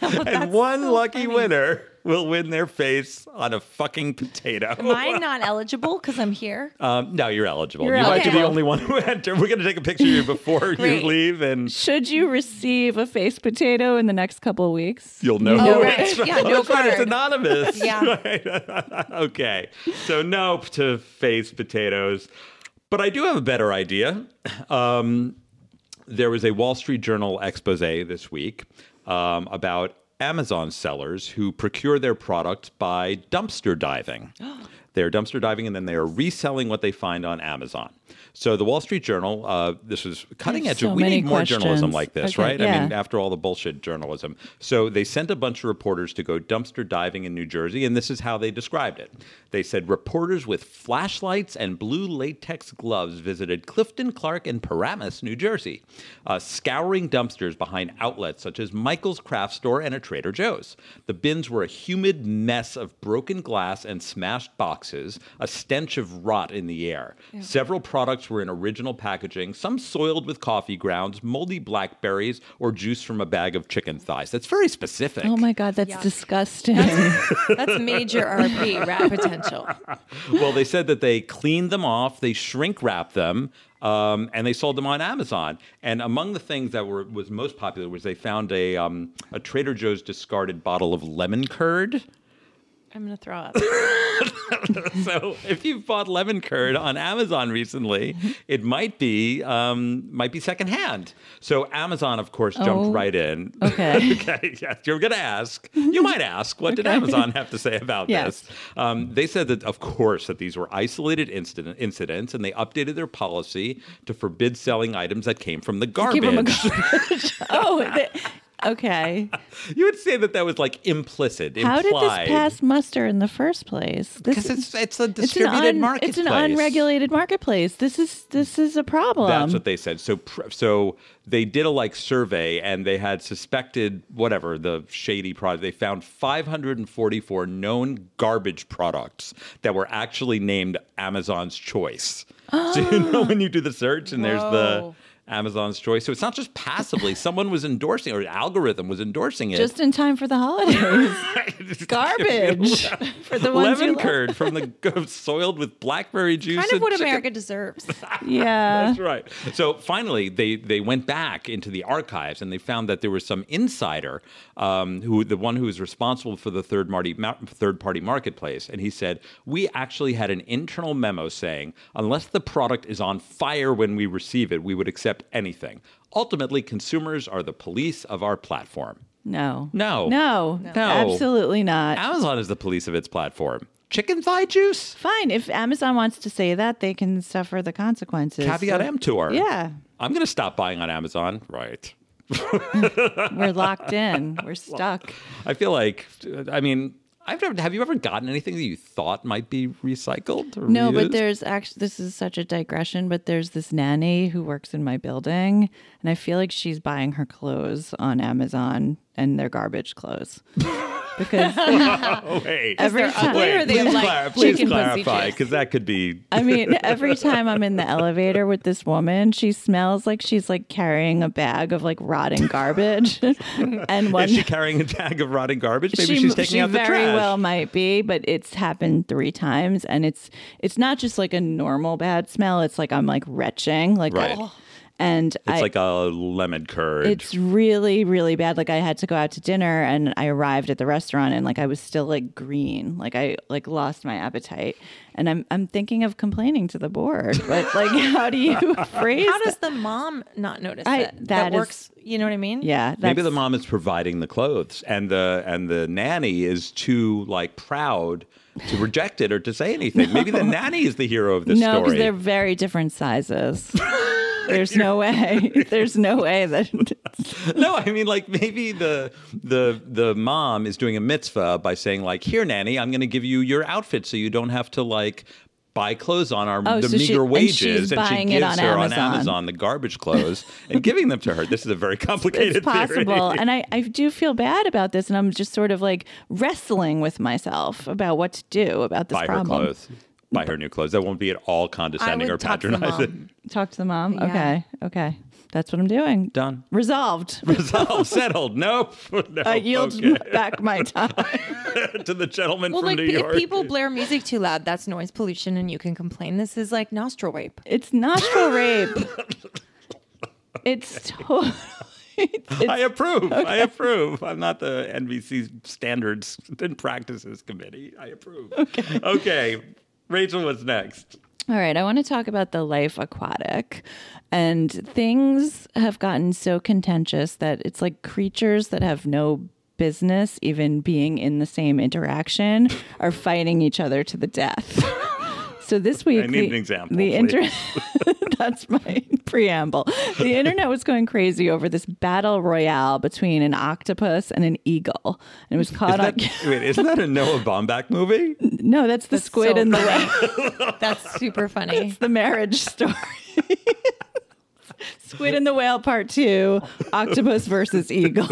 [SPEAKER 1] and one lucky winner will win their face on a fucking
[SPEAKER 3] Am
[SPEAKER 1] potato.
[SPEAKER 3] I not eligible because I'm here?
[SPEAKER 1] Um, no, you're eligible.
[SPEAKER 2] You're
[SPEAKER 1] you might be the
[SPEAKER 2] eligible.
[SPEAKER 1] only one who entered. We're gonna take a picture of you before you
[SPEAKER 3] Great.
[SPEAKER 1] leave, and
[SPEAKER 2] Should you receive a face potato in the next couple of weeks?
[SPEAKER 1] you'll know.
[SPEAKER 3] Oh,
[SPEAKER 1] who
[SPEAKER 3] right.
[SPEAKER 1] it's from.
[SPEAKER 3] Yeah, no
[SPEAKER 1] That's right, It's
[SPEAKER 3] card.
[SPEAKER 1] anonymous.
[SPEAKER 3] Yeah.
[SPEAKER 1] okay. So no p- to face potatoes. But I do have a better idea. Um, there was a Wall Street Journal expose this week um, about Amazon sellers who procure their product by dumpster diving. They're dumpster diving and then they are reselling what they find on Amazon. So the Wall Street Journal, uh, this was cutting edge.
[SPEAKER 2] so
[SPEAKER 1] we
[SPEAKER 2] many
[SPEAKER 1] need more journalism
[SPEAKER 2] questions.
[SPEAKER 1] like this,
[SPEAKER 2] Okay,
[SPEAKER 1] right? I
[SPEAKER 2] yeah.
[SPEAKER 1] mean, after all the bullshit journalism. So they sent a bunch of reporters to go dumpster diving in New Jersey, and this is how they described it. They said reporters with flashlights and blue latex gloves visited Clifton, Clark, and Paramus, New Jersey, uh, scouring dumpsters behind outlets such as Michael's Craft Store and a Trader Joe's. The bins were a humid mess of broken glass and smashed boxes, a stench of rot in the air. Several products were in original packaging, some soiled with coffee grounds, moldy blackberries, or juice from a bag of chicken thighs. That's very specific.
[SPEAKER 2] Oh my God, that's
[SPEAKER 3] Yuck.
[SPEAKER 2] disgusting.
[SPEAKER 3] That's major RP, rat potential.
[SPEAKER 1] well, they said that they cleaned them off, they shrink wrapped them, um, and they sold them on Amazon. And among the things that were was most popular was they found a um, a Trader Joe's discarded bottle of lemon curd.
[SPEAKER 3] I'm gonna throw up.
[SPEAKER 1] So if you bought lemon curd on Amazon recently, it might be um, might be secondhand. So Amazon, of course, jumped
[SPEAKER 2] Oh.
[SPEAKER 1] right in.
[SPEAKER 2] okay.
[SPEAKER 1] okay, yes, you're going to ask. You might ask, what did
[SPEAKER 2] Okay.
[SPEAKER 1] Amazon have to say about
[SPEAKER 2] Yes.
[SPEAKER 1] this? Um, they said that, of course, that these were isolated incident, incidents, and they updated their policy to forbid selling items that came from the garbage.
[SPEAKER 2] Keep them a garbage. oh, the- okay.
[SPEAKER 1] you would say that that was like implicit,
[SPEAKER 2] How did
[SPEAKER 1] implied.
[SPEAKER 2] this pass muster in the first place? This
[SPEAKER 1] Because it's it's a
[SPEAKER 2] it's an,
[SPEAKER 1] distributed
[SPEAKER 2] un,
[SPEAKER 1] marketplace.
[SPEAKER 2] it's an unregulated marketplace. This is this is a problem.
[SPEAKER 1] That's what they said. So, pr- so they did a like survey, and they had suspected whatever the shady product. They found 544 known garbage products that were actually named Amazon's Choice. so you know when you do the search, and there's the
[SPEAKER 3] Whoa.
[SPEAKER 1] Amazon's Choice. So it's not just passively someone was endorsing, or an algorithm was endorsing it.
[SPEAKER 2] Just in time for the holidays. Garbage for the ones you
[SPEAKER 1] Lemon
[SPEAKER 2] love.
[SPEAKER 1] curd from the g- soiled with blackberry juice.
[SPEAKER 3] Kind of
[SPEAKER 1] and
[SPEAKER 3] what
[SPEAKER 1] chicken
[SPEAKER 3] America deserves.
[SPEAKER 2] Yeah.
[SPEAKER 1] That's right. So finally, they they went back into the archives and they found that there was some insider um, who the one who was responsible for the third party ma- third party marketplace, and he said we actually had an internal memo saying unless the product is on fire when we receive it, we would accept anything. Ultimately, consumers are the police of our platform.
[SPEAKER 2] No.
[SPEAKER 1] No.
[SPEAKER 2] No.
[SPEAKER 1] No.
[SPEAKER 2] Absolutely not.
[SPEAKER 1] Amazon is the police of its platform. Chicken thigh juice.
[SPEAKER 2] Fine. If Amazon wants to say that, they can suffer the consequences.
[SPEAKER 1] Caveat
[SPEAKER 2] So
[SPEAKER 1] emptor.
[SPEAKER 2] Yeah.
[SPEAKER 1] I'm going to stop buying on Amazon. Right.
[SPEAKER 2] We're locked in. We're stuck.
[SPEAKER 1] I feel like, I mean, I've never, have you ever gotten anything that you thought might be recycled? Or
[SPEAKER 2] No, but
[SPEAKER 1] reused?
[SPEAKER 2] there's actually, this is such a digression, but there's this nanny who works in my building, and I feel like she's buying her clothes on Amazon and they're garbage clothes. because
[SPEAKER 1] Oh, wait.
[SPEAKER 2] every
[SPEAKER 3] Is there
[SPEAKER 2] time.
[SPEAKER 3] other- Wait, Or they
[SPEAKER 1] please
[SPEAKER 3] have, like,
[SPEAKER 1] clar- please
[SPEAKER 3] chicken pussy
[SPEAKER 1] clarify,
[SPEAKER 3] juice.
[SPEAKER 1] because that could be.
[SPEAKER 2] I mean, every time I'm in the elevator with this woman, she smells like she's like carrying a bag of like rotting garbage. and one
[SPEAKER 1] Is she carrying a bag of rotting garbage? Maybe
[SPEAKER 2] she,
[SPEAKER 1] she's taking
[SPEAKER 2] she
[SPEAKER 1] out the
[SPEAKER 2] very
[SPEAKER 1] trash.
[SPEAKER 2] well might be, but it's happened three times, and it's it's not just like a normal bad smell. It's like I'm like retching, like
[SPEAKER 1] Right.
[SPEAKER 2] oh. and
[SPEAKER 1] it's
[SPEAKER 2] I,
[SPEAKER 1] like a lemon curd.
[SPEAKER 2] it's really really bad. Like I had to go out to dinner, and I arrived at the restaurant, and like I was still like green, like I like lost my appetite, and I'm I'm thinking of complaining to the board, but like how do you phrase?
[SPEAKER 3] How does
[SPEAKER 2] that?
[SPEAKER 3] the mom not notice
[SPEAKER 2] I-
[SPEAKER 3] that? That,
[SPEAKER 2] that is-
[SPEAKER 3] works. You know what I mean?
[SPEAKER 2] yeah? That's,
[SPEAKER 1] Maybe the mom is providing the clothes, and the and the nanny is too like proud to reject it or to say anything. Maybe the nanny is the hero of this
[SPEAKER 2] no, because
[SPEAKER 1] story.
[SPEAKER 2] they're very different sizes. There's no way. There's no way that
[SPEAKER 1] No, I mean like maybe the the the mom is doing a mitzvah by saying like, "Here, nanny, I'm going to give you your outfit so you don't have to like buy clothes on our
[SPEAKER 2] Oh,
[SPEAKER 1] the
[SPEAKER 2] so she-
[SPEAKER 1] meager
[SPEAKER 2] and
[SPEAKER 1] wages."
[SPEAKER 2] she's buying
[SPEAKER 1] she
[SPEAKER 2] it
[SPEAKER 1] gives
[SPEAKER 2] on
[SPEAKER 1] her on
[SPEAKER 2] Amazon.
[SPEAKER 1] Amazon the garbage clothes and giving them to her. This is a very complicated
[SPEAKER 2] it's possible.
[SPEAKER 1] theory.
[SPEAKER 2] And I, I do feel bad about this, and I'm just sort of like wrestling with myself about what to do about this
[SPEAKER 1] buy her
[SPEAKER 2] problem.
[SPEAKER 1] clothes. Buy her new clothes. That won't be at all condescending
[SPEAKER 3] would
[SPEAKER 1] or
[SPEAKER 3] talk to the
[SPEAKER 1] patronizing.
[SPEAKER 2] Talk to the mom.
[SPEAKER 3] Yeah.
[SPEAKER 2] Okay, okay, that's what I'm doing.
[SPEAKER 1] Done.
[SPEAKER 2] Resolved.
[SPEAKER 1] Resolved, settled. No, no.
[SPEAKER 2] I yield
[SPEAKER 1] okay.
[SPEAKER 2] back my time.
[SPEAKER 1] to the gentleman
[SPEAKER 3] Well,
[SPEAKER 1] from
[SPEAKER 3] like
[SPEAKER 1] New
[SPEAKER 3] pe-
[SPEAKER 1] York.
[SPEAKER 3] if people blare music too loud, that's noise pollution, and you can complain. This is like nostril rape.
[SPEAKER 2] It's nostril rape. It's totally. It's,
[SPEAKER 1] I approve. I approve. I'm not the NBC standards and practices committee. I approve. Okay. Rachel, what's next?
[SPEAKER 2] All right, I want to talk about the life aquatic. And things have gotten so contentious that it's like creatures that have no business, even being in the same interaction, are fighting each other to the death. So this week,
[SPEAKER 1] need
[SPEAKER 2] the,
[SPEAKER 1] an example,
[SPEAKER 2] The inter-
[SPEAKER 1] please.
[SPEAKER 2] that's my preamble. The internet was going crazy over this battle royale between an octopus and an eagle, and it was caught
[SPEAKER 1] Isn't
[SPEAKER 2] on.
[SPEAKER 1] that, wait, isn't that a Noah Baumbach movie?
[SPEAKER 2] no, that's the squid
[SPEAKER 3] so
[SPEAKER 2] and the whale.
[SPEAKER 3] That's super funny.
[SPEAKER 2] It's the marriage story. Squid and the Whale Part Two, Octopus versus Eagle.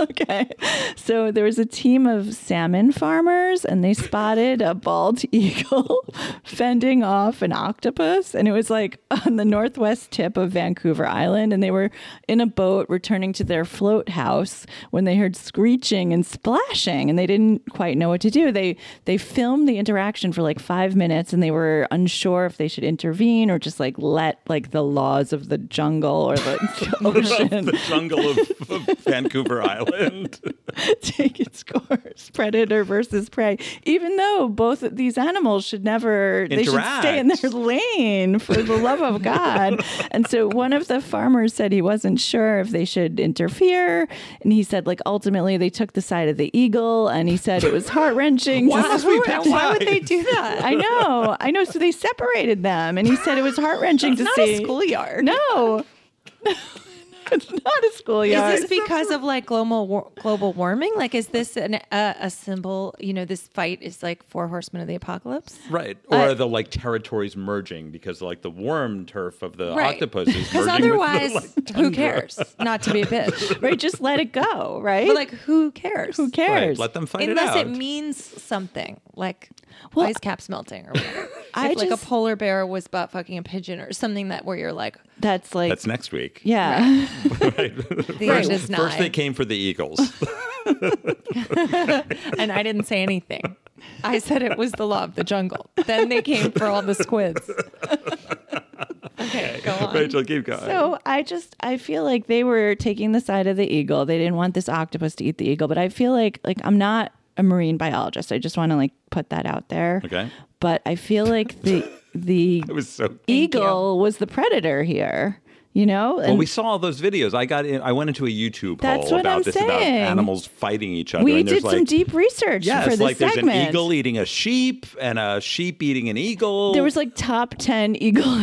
[SPEAKER 2] okay. So there was a team of salmon farmers and they spotted a bald eagle fending off an octopus. And it was like on the northwest tip of Vancouver Island. And they were in a boat returning to their float house when they heard screeching and splashing and they didn't quite know what to do. They they filmed the interaction for like five minutes and they were unsure if they should intervene or just like let like the laws of the jungle or the ocean
[SPEAKER 1] the jungle of, of Vancouver Island.
[SPEAKER 2] take its course. Predator versus prey. Even though both of these animals should never they should stay in their
[SPEAKER 1] Interact.
[SPEAKER 2] lane for the love of God. and so one of the farmers said he wasn't sure if they should interfere. And he said like ultimately they took the side of the eagle and he said it was heart wrenching.
[SPEAKER 1] Why would we pick
[SPEAKER 3] Why would they
[SPEAKER 1] sides?
[SPEAKER 3] do that?
[SPEAKER 2] I know, I know. So they separated them, and he said it was heart wrenching to
[SPEAKER 3] It's not
[SPEAKER 2] see.
[SPEAKER 3] a schoolyard.
[SPEAKER 2] No, it's not a schoolyard.
[SPEAKER 3] Is this because of like global war- global warming? Like, is this an, uh, a symbol? You know, this fight is like four horsemen of the apocalypse.
[SPEAKER 1] Right. Or are the like territories merging because like the worm turf of the octopus is
[SPEAKER 3] Because
[SPEAKER 1] merging with the,
[SPEAKER 3] otherwise,
[SPEAKER 1] like,
[SPEAKER 3] who
[SPEAKER 1] tundra.
[SPEAKER 3] cares? Not to be a bitch,
[SPEAKER 2] right? Just let it go, right?
[SPEAKER 3] but like, who cares?
[SPEAKER 2] who
[SPEAKER 1] Right.
[SPEAKER 2] cares?
[SPEAKER 1] Let them fight
[SPEAKER 3] Unless
[SPEAKER 1] it out.
[SPEAKER 3] it means something, like
[SPEAKER 2] Well,
[SPEAKER 3] ice caps melting, or whatever.
[SPEAKER 2] I
[SPEAKER 3] if, like a
[SPEAKER 2] just-
[SPEAKER 3] polar bear was butt fucking a pigeon, or something that where you're like,
[SPEAKER 2] That's like,
[SPEAKER 1] That's next week.
[SPEAKER 2] yeah.
[SPEAKER 3] the
[SPEAKER 1] First,
[SPEAKER 3] end is nigh,
[SPEAKER 1] first they came for the Eagles.
[SPEAKER 3] and I didn't say anything. I said it was the law of the jungle. Then they came for all the squids. okay, go on.
[SPEAKER 1] Rachel, keep going.
[SPEAKER 2] So I just I feel like they were taking the side of the eagle. They didn't want this octopus to eat the eagle, but I feel like like I'm not a marine biologist. I just want to like put that out there.
[SPEAKER 1] Okay.
[SPEAKER 2] But I feel like the the
[SPEAKER 1] it was so
[SPEAKER 2] eagle was the predator here. You know, and
[SPEAKER 1] Well, we saw all those videos. I got in, I went into a YouTube
[SPEAKER 2] That's
[SPEAKER 1] poll
[SPEAKER 2] what
[SPEAKER 1] about
[SPEAKER 2] I'm
[SPEAKER 1] this about
[SPEAKER 2] saying.
[SPEAKER 1] animals fighting each other.
[SPEAKER 2] we
[SPEAKER 1] and there's
[SPEAKER 2] did some
[SPEAKER 1] like-
[SPEAKER 2] deep research
[SPEAKER 1] Yeah,
[SPEAKER 2] for
[SPEAKER 1] it's
[SPEAKER 2] this
[SPEAKER 1] like
[SPEAKER 2] segment.
[SPEAKER 1] there's an eagle eating a sheep and a sheep eating an eagle.
[SPEAKER 2] There was like top ten eagle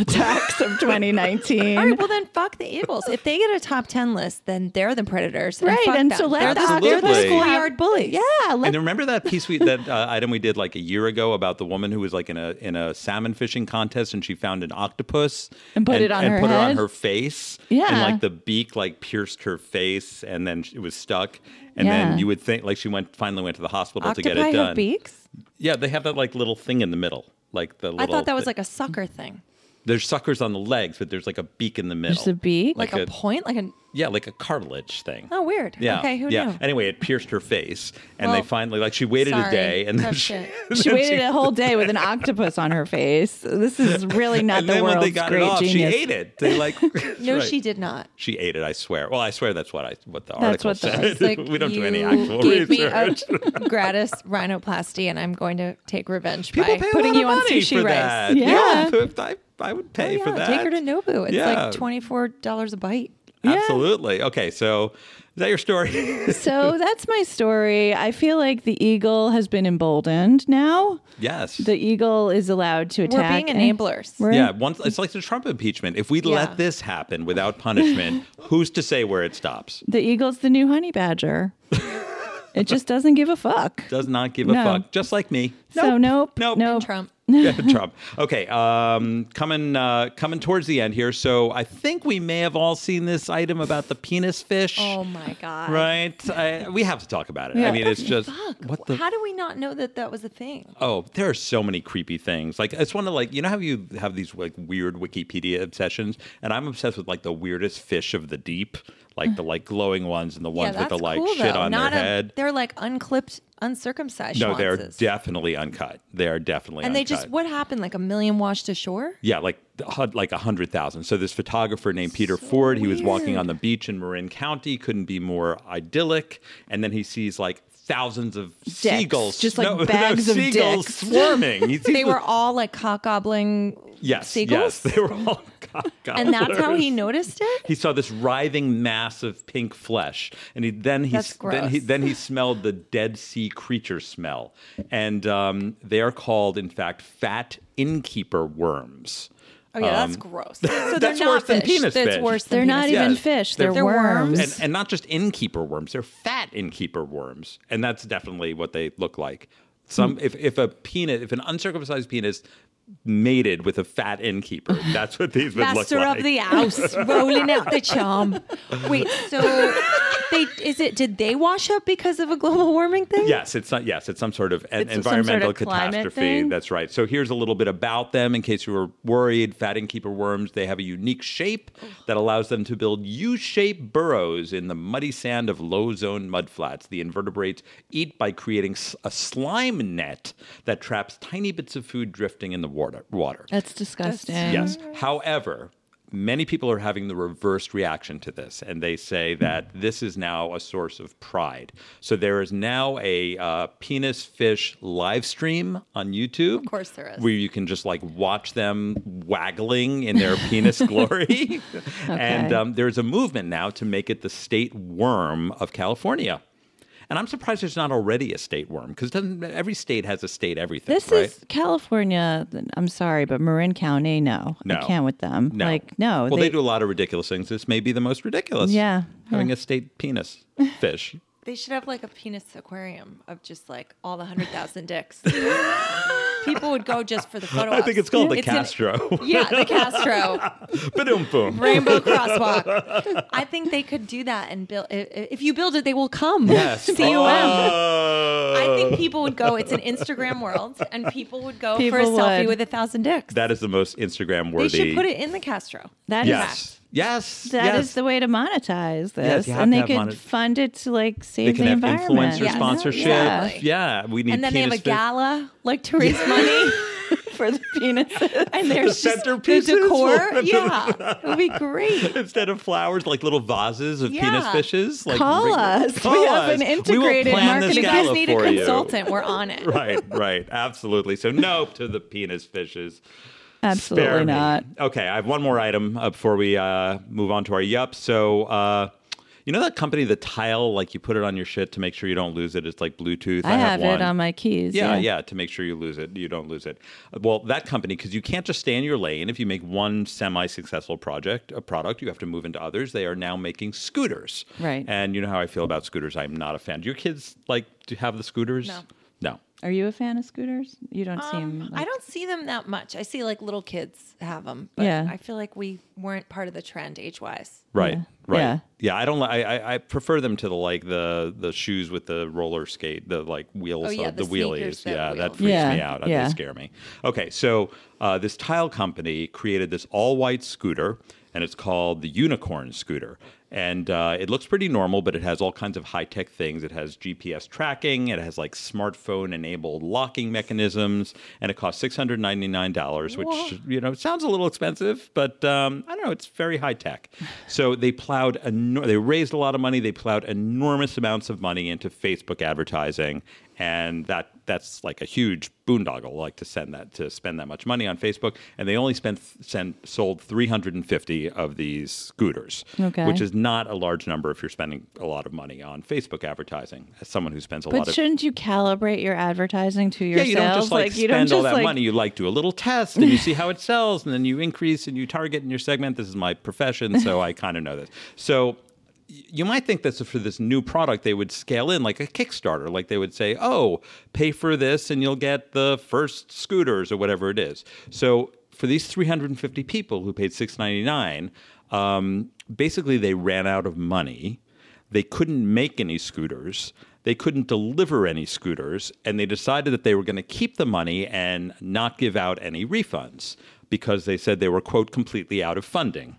[SPEAKER 2] attacks of 2019.
[SPEAKER 3] All right, well then fuck the Eagles. If they get a top ten list, then they're the predators.
[SPEAKER 2] Right,
[SPEAKER 3] fuck
[SPEAKER 2] and so
[SPEAKER 3] them.
[SPEAKER 2] let
[SPEAKER 3] they're
[SPEAKER 2] the
[SPEAKER 3] they're the
[SPEAKER 1] Absolutely.
[SPEAKER 3] schoolyard bullies.
[SPEAKER 2] yeah, let
[SPEAKER 1] and remember that piece we that uh, item we did like a year ago about the woman who was like in a in a salmon fishing contest and she found an octopus
[SPEAKER 2] And put it on
[SPEAKER 1] and
[SPEAKER 2] her
[SPEAKER 1] put it on
[SPEAKER 2] head?
[SPEAKER 1] her face and
[SPEAKER 2] Yeah.
[SPEAKER 1] like the beak like pierced her face and then it was stuck and
[SPEAKER 2] Yeah.
[SPEAKER 1] then you would think like she went finally went to the hospital
[SPEAKER 3] Octopi
[SPEAKER 1] to get it done
[SPEAKER 3] have beaks.
[SPEAKER 1] yeah they have that like little thing in the middle like the little
[SPEAKER 3] I thought that was
[SPEAKER 1] thi-
[SPEAKER 3] like a sucker thing,
[SPEAKER 1] there's suckers on the legs but there's like a beak in the middle
[SPEAKER 2] There's a beak?
[SPEAKER 3] like,
[SPEAKER 1] like,
[SPEAKER 3] a, point, like an
[SPEAKER 1] yeah like a cartilage thing
[SPEAKER 3] oh weird.
[SPEAKER 1] yeah.
[SPEAKER 3] Okay, who
[SPEAKER 1] yeah.
[SPEAKER 3] knew?
[SPEAKER 1] Anyway, it pierced her face, and
[SPEAKER 3] Well,
[SPEAKER 1] they finally like she waited
[SPEAKER 3] sorry.
[SPEAKER 1] a day, and then
[SPEAKER 3] Tough
[SPEAKER 1] she,
[SPEAKER 3] shit.
[SPEAKER 1] and
[SPEAKER 2] She
[SPEAKER 1] then
[SPEAKER 2] waited a whole day with an octopus on her face. This is really not
[SPEAKER 1] and
[SPEAKER 2] the
[SPEAKER 1] then
[SPEAKER 2] world's
[SPEAKER 1] when they got
[SPEAKER 2] great
[SPEAKER 1] it off,
[SPEAKER 2] genius.
[SPEAKER 1] she ate it. They like
[SPEAKER 3] no, she did not.
[SPEAKER 1] She ate it. I swear. Well, I swear that's what I what the
[SPEAKER 2] That's
[SPEAKER 1] article
[SPEAKER 2] what the-
[SPEAKER 1] said.
[SPEAKER 3] It's like
[SPEAKER 1] we don't do
[SPEAKER 3] you
[SPEAKER 1] any actual
[SPEAKER 3] gave
[SPEAKER 1] research.
[SPEAKER 3] Me a gratis rhinoplasty, and I'm going to take revenge
[SPEAKER 1] People
[SPEAKER 3] by
[SPEAKER 1] pay a
[SPEAKER 3] putting
[SPEAKER 1] lot
[SPEAKER 3] you
[SPEAKER 1] of
[SPEAKER 3] on
[SPEAKER 1] money
[SPEAKER 3] sushi
[SPEAKER 1] for
[SPEAKER 3] rice. Oh,
[SPEAKER 1] that.
[SPEAKER 2] Yeah.
[SPEAKER 1] I, I would pay for
[SPEAKER 3] Yeah,
[SPEAKER 1] that.
[SPEAKER 3] Take her to Nobu. It's
[SPEAKER 1] Yeah.
[SPEAKER 3] like twenty four dollars a bite.
[SPEAKER 1] Absolutely. Okay, so is that your story?
[SPEAKER 2] So that's my story. I feel like the eagle has been emboldened now.
[SPEAKER 1] yes.
[SPEAKER 2] The eagle is allowed to
[SPEAKER 3] We're
[SPEAKER 2] attack.
[SPEAKER 3] being
[SPEAKER 2] and-
[SPEAKER 3] enablers.
[SPEAKER 2] We're-
[SPEAKER 1] yeah, once it's like the Trump impeachment. If we
[SPEAKER 3] Yeah.
[SPEAKER 1] let this happen without punishment, who's to say where it stops?
[SPEAKER 2] The eagle's the new honey badger. it just doesn't give a fuck.
[SPEAKER 1] Does not give a
[SPEAKER 2] No.
[SPEAKER 1] fuck. Just like me.
[SPEAKER 2] So nope.
[SPEAKER 1] Nope.
[SPEAKER 2] Nope.
[SPEAKER 3] Trump.
[SPEAKER 1] Yeah, Trump. Okay, um, coming uh, coming towards the end here. So I think we may have all seen this item about the penis fish,
[SPEAKER 3] Oh my god.
[SPEAKER 1] right? I, we have to talk about it. I
[SPEAKER 2] Yeah.
[SPEAKER 1] mean, it's just what the.
[SPEAKER 3] How do we not know that that was a thing?
[SPEAKER 1] Oh, there are so many creepy things. Like it's one of like you know how you have these like weird Wikipedia obsessions, and I'm obsessed with like the weirdest fish of the deep, like the like glowing ones and the ones with the like shit on
[SPEAKER 3] Not
[SPEAKER 1] their
[SPEAKER 3] a-
[SPEAKER 1] head.
[SPEAKER 3] They're like unclipped, uncircumcised.
[SPEAKER 1] No, they're
[SPEAKER 3] schwanzes.
[SPEAKER 1] definitely uncut. They are definitely
[SPEAKER 3] And they
[SPEAKER 1] uncut.
[SPEAKER 3] just what happened? Like a million washed ashore.
[SPEAKER 1] Yeah, like the hun- like a hundred thousand. So this photographer named Peter Ford, he was walking on the beach in Marin County, couldn't be more idyllic, and then he sees like thousands of seagulls,
[SPEAKER 2] just like bags of
[SPEAKER 1] seagulls
[SPEAKER 2] dicks.
[SPEAKER 1] swarming. He sees
[SPEAKER 3] They were
[SPEAKER 1] the-
[SPEAKER 3] all like cock gobbling
[SPEAKER 1] yes,
[SPEAKER 3] seagulls.
[SPEAKER 1] yes, they were all cock
[SPEAKER 3] And that's how he
[SPEAKER 1] gobblers.
[SPEAKER 3] noticed it?
[SPEAKER 1] He saw this writhing mass of pink flesh, and he then he
[SPEAKER 3] That's
[SPEAKER 1] then he
[SPEAKER 3] gross.
[SPEAKER 1] then he smelled the Dead Sea creature smell, and um, they are called, in fact, fat innkeeper worms.
[SPEAKER 3] Oh yeah,
[SPEAKER 1] Um,
[SPEAKER 3] that's gross. So they're
[SPEAKER 1] that's
[SPEAKER 3] not
[SPEAKER 1] worse than
[SPEAKER 3] fish.
[SPEAKER 1] penis
[SPEAKER 3] That's
[SPEAKER 1] fish.
[SPEAKER 3] worse than
[SPEAKER 2] They're not
[SPEAKER 3] penis
[SPEAKER 2] even
[SPEAKER 1] Yes.
[SPEAKER 2] fish.
[SPEAKER 1] They're-
[SPEAKER 2] They're,
[SPEAKER 3] They're
[SPEAKER 2] worms.
[SPEAKER 3] worms.
[SPEAKER 1] and, and not just innkeeper worms they're fat innkeeper worms and that's definitely what they look like some
[SPEAKER 3] Hmm.
[SPEAKER 1] if, if a penis if an uncircumcised penis mated with a fat innkeeper that's what these would look
[SPEAKER 3] Master
[SPEAKER 1] like
[SPEAKER 3] of the house, rolling out the charm. Wait, so they is it? Did they wash up because of a global warming thing?
[SPEAKER 1] Yes, it's not. Yes, it's some sort of an
[SPEAKER 3] It's some sort of
[SPEAKER 1] environmental
[SPEAKER 3] climate
[SPEAKER 1] catastrophe.
[SPEAKER 3] thing?
[SPEAKER 1] That's right. So here's a little bit about them in case you were worried. Fat innkeeper worms. They have a unique shape that allows them to build U-shaped burrows in the muddy sand of low-zone mudflats. The invertebrates eat by creating s- a slime net that traps tiny bits of food drifting in the water. Water.
[SPEAKER 2] That's disgusting.
[SPEAKER 1] Yes. However, many people are having the reversed reaction to this, and they say that this is now a source of pride. So there is now a uh, penis fish live stream on YouTube. Of
[SPEAKER 3] course there is.
[SPEAKER 1] Where you can just like watch them waggling in their penis glory. And um, there's a movement now to make it the state worm of California. And I'm surprised there's not already a state worm because every state has a state everything.
[SPEAKER 2] This
[SPEAKER 1] right?
[SPEAKER 2] is California. I'm sorry, but Marin County, no,
[SPEAKER 1] No.
[SPEAKER 2] I can't with them.
[SPEAKER 1] No.
[SPEAKER 2] Like, no.
[SPEAKER 1] Well, they, do a lot of ridiculous things. This may be the most ridiculous.
[SPEAKER 2] Yeah,
[SPEAKER 1] Having
[SPEAKER 2] yeah.
[SPEAKER 1] a state penis fish.
[SPEAKER 3] They should have like a penis aquarium of just like all the hundred thousand dicks. People would go just for the photo.
[SPEAKER 1] I think
[SPEAKER 3] ops.
[SPEAKER 1] it's called the
[SPEAKER 3] an-
[SPEAKER 1] Castro.
[SPEAKER 3] yeah, the Castro
[SPEAKER 1] Boom, boom.
[SPEAKER 3] rainbow crosswalk. I think they could do that and build. i- i- If you build it, they will come.
[SPEAKER 1] Yes.
[SPEAKER 3] C U M.
[SPEAKER 1] Oh.
[SPEAKER 3] I think people would go. It's an Instagram world, and people would go for a
[SPEAKER 2] People
[SPEAKER 3] selfie
[SPEAKER 2] would.
[SPEAKER 3] with a thousand dicks.
[SPEAKER 1] that is the most Instagram
[SPEAKER 3] they
[SPEAKER 1] worthy.
[SPEAKER 3] should put it in the Castro.
[SPEAKER 2] That is
[SPEAKER 1] Yes. Yes.
[SPEAKER 2] That is
[SPEAKER 1] yes.
[SPEAKER 2] the way to monetize
[SPEAKER 1] Yes,
[SPEAKER 2] this,
[SPEAKER 1] you have
[SPEAKER 2] and
[SPEAKER 1] to
[SPEAKER 2] they
[SPEAKER 1] have
[SPEAKER 2] could
[SPEAKER 1] monet-
[SPEAKER 2] fund it to like
[SPEAKER 1] They
[SPEAKER 2] save
[SPEAKER 1] can
[SPEAKER 2] the
[SPEAKER 1] have
[SPEAKER 2] environment.
[SPEAKER 1] influencer
[SPEAKER 3] Yes.
[SPEAKER 1] sponsorship.
[SPEAKER 2] Yeah.
[SPEAKER 1] Yeah. we need
[SPEAKER 3] and then they have a
[SPEAKER 1] penis fish.
[SPEAKER 3] gala, like to raise money.
[SPEAKER 2] for the penis.
[SPEAKER 3] And there's
[SPEAKER 1] The
[SPEAKER 3] just the
[SPEAKER 1] centerpieces
[SPEAKER 3] decor.
[SPEAKER 1] will-
[SPEAKER 3] Yeah, it would be great.
[SPEAKER 1] Instead of flowers, like little vases of
[SPEAKER 3] Yeah.
[SPEAKER 1] penis fishes. Like
[SPEAKER 2] Call
[SPEAKER 1] ring-
[SPEAKER 2] us. We
[SPEAKER 1] Call
[SPEAKER 2] have an
[SPEAKER 1] us. We will
[SPEAKER 2] integrated
[SPEAKER 1] plan
[SPEAKER 2] marketing-
[SPEAKER 1] This
[SPEAKER 3] You
[SPEAKER 1] gala
[SPEAKER 3] guys need a
[SPEAKER 1] for you.
[SPEAKER 3] consultant. We're on it.
[SPEAKER 1] right, right. Absolutely. So, no to the penis fishes.
[SPEAKER 2] Absolutely
[SPEAKER 1] Spare me.
[SPEAKER 2] not.
[SPEAKER 1] Okay, I have one more item uh, before we uh, move on to our yup. So, uh, you know that company, the tile, like you put it on your shit to make sure you don't lose it. It's like Bluetooth. I,
[SPEAKER 2] I have
[SPEAKER 1] one.
[SPEAKER 2] it on my keys.
[SPEAKER 1] Yeah, yeah, to make sure you lose it, you don't lose it. Well, that company, because you can't just stay in your lane. If you make one semi-successful project, a product, you have to move into others. They are now making scooters,
[SPEAKER 2] Right.
[SPEAKER 1] And you know how I feel about scooters. I'm not a fan. Do your kids like to have the scooters?
[SPEAKER 3] No.
[SPEAKER 1] no.
[SPEAKER 2] Are you a fan of scooters? You don't seem.
[SPEAKER 3] Um,
[SPEAKER 2] Like,
[SPEAKER 3] I don't see them that much. I see like little kids have them, but
[SPEAKER 2] Yeah.
[SPEAKER 3] I feel like we weren't part of the trend age wise.
[SPEAKER 1] Right.
[SPEAKER 2] Yeah.
[SPEAKER 1] Right. Yeah.
[SPEAKER 2] Yeah.
[SPEAKER 1] I don't. li- I, I I prefer them to the like the the shoes with the roller skate, the like wheels,
[SPEAKER 3] Oh, yeah,
[SPEAKER 1] of the,
[SPEAKER 3] the
[SPEAKER 1] wheellies.
[SPEAKER 3] sneakers that
[SPEAKER 1] yeah,
[SPEAKER 3] wheel.
[SPEAKER 1] that freaks
[SPEAKER 2] Yeah,
[SPEAKER 1] me out. That
[SPEAKER 2] yeah.
[SPEAKER 1] They scare me. Okay, so uh, this tile company created this all white scooter, and it's called the Unicorn Scooter. And uh, it looks pretty normal, but it has all kinds of high tech things. It has GPS tracking. It has like smartphone enabled locking mechanisms, and it costs six hundred ninety nine dollars, which
[SPEAKER 3] Whoa.
[SPEAKER 1] you know sounds a little expensive, but um, I don't know. It's very high tech. So they plowed. Eno- they raised a lot of money. They plowed enormous amounts of money into Facebook advertising, and that that's like a huge boondoggle. Like to send that to spend that much money on Facebook, and they only spent send sold three hundred and fifty of these scooters,
[SPEAKER 2] Okay.
[SPEAKER 1] which is not a large number if you're spending a lot of money on Facebook advertising. As someone who spends a lot
[SPEAKER 2] But
[SPEAKER 1] of
[SPEAKER 2] shouldn't you calibrate your advertising to your
[SPEAKER 1] yeah, you don't
[SPEAKER 2] sales?
[SPEAKER 1] just like,
[SPEAKER 2] you
[SPEAKER 1] spend
[SPEAKER 2] don't
[SPEAKER 1] all
[SPEAKER 2] just,
[SPEAKER 1] that
[SPEAKER 2] like-
[SPEAKER 1] money. You like do a little test and you see how it sells, and then you increase and you target in your segment. This is my profession, so I kind of know this. So y- you might think that for this new product they would scale in like a Kickstarter, like they would say, "Oh, pay for this and you'll get the first scooters or whatever it is." So for these 350 people who paid 6.99, um, basically they ran out of money. They couldn't make any scooters. They couldn't deliver any scooters. And they decided that they were going to keep the money and not give out any refunds because they said they were, quote, completely out of funding.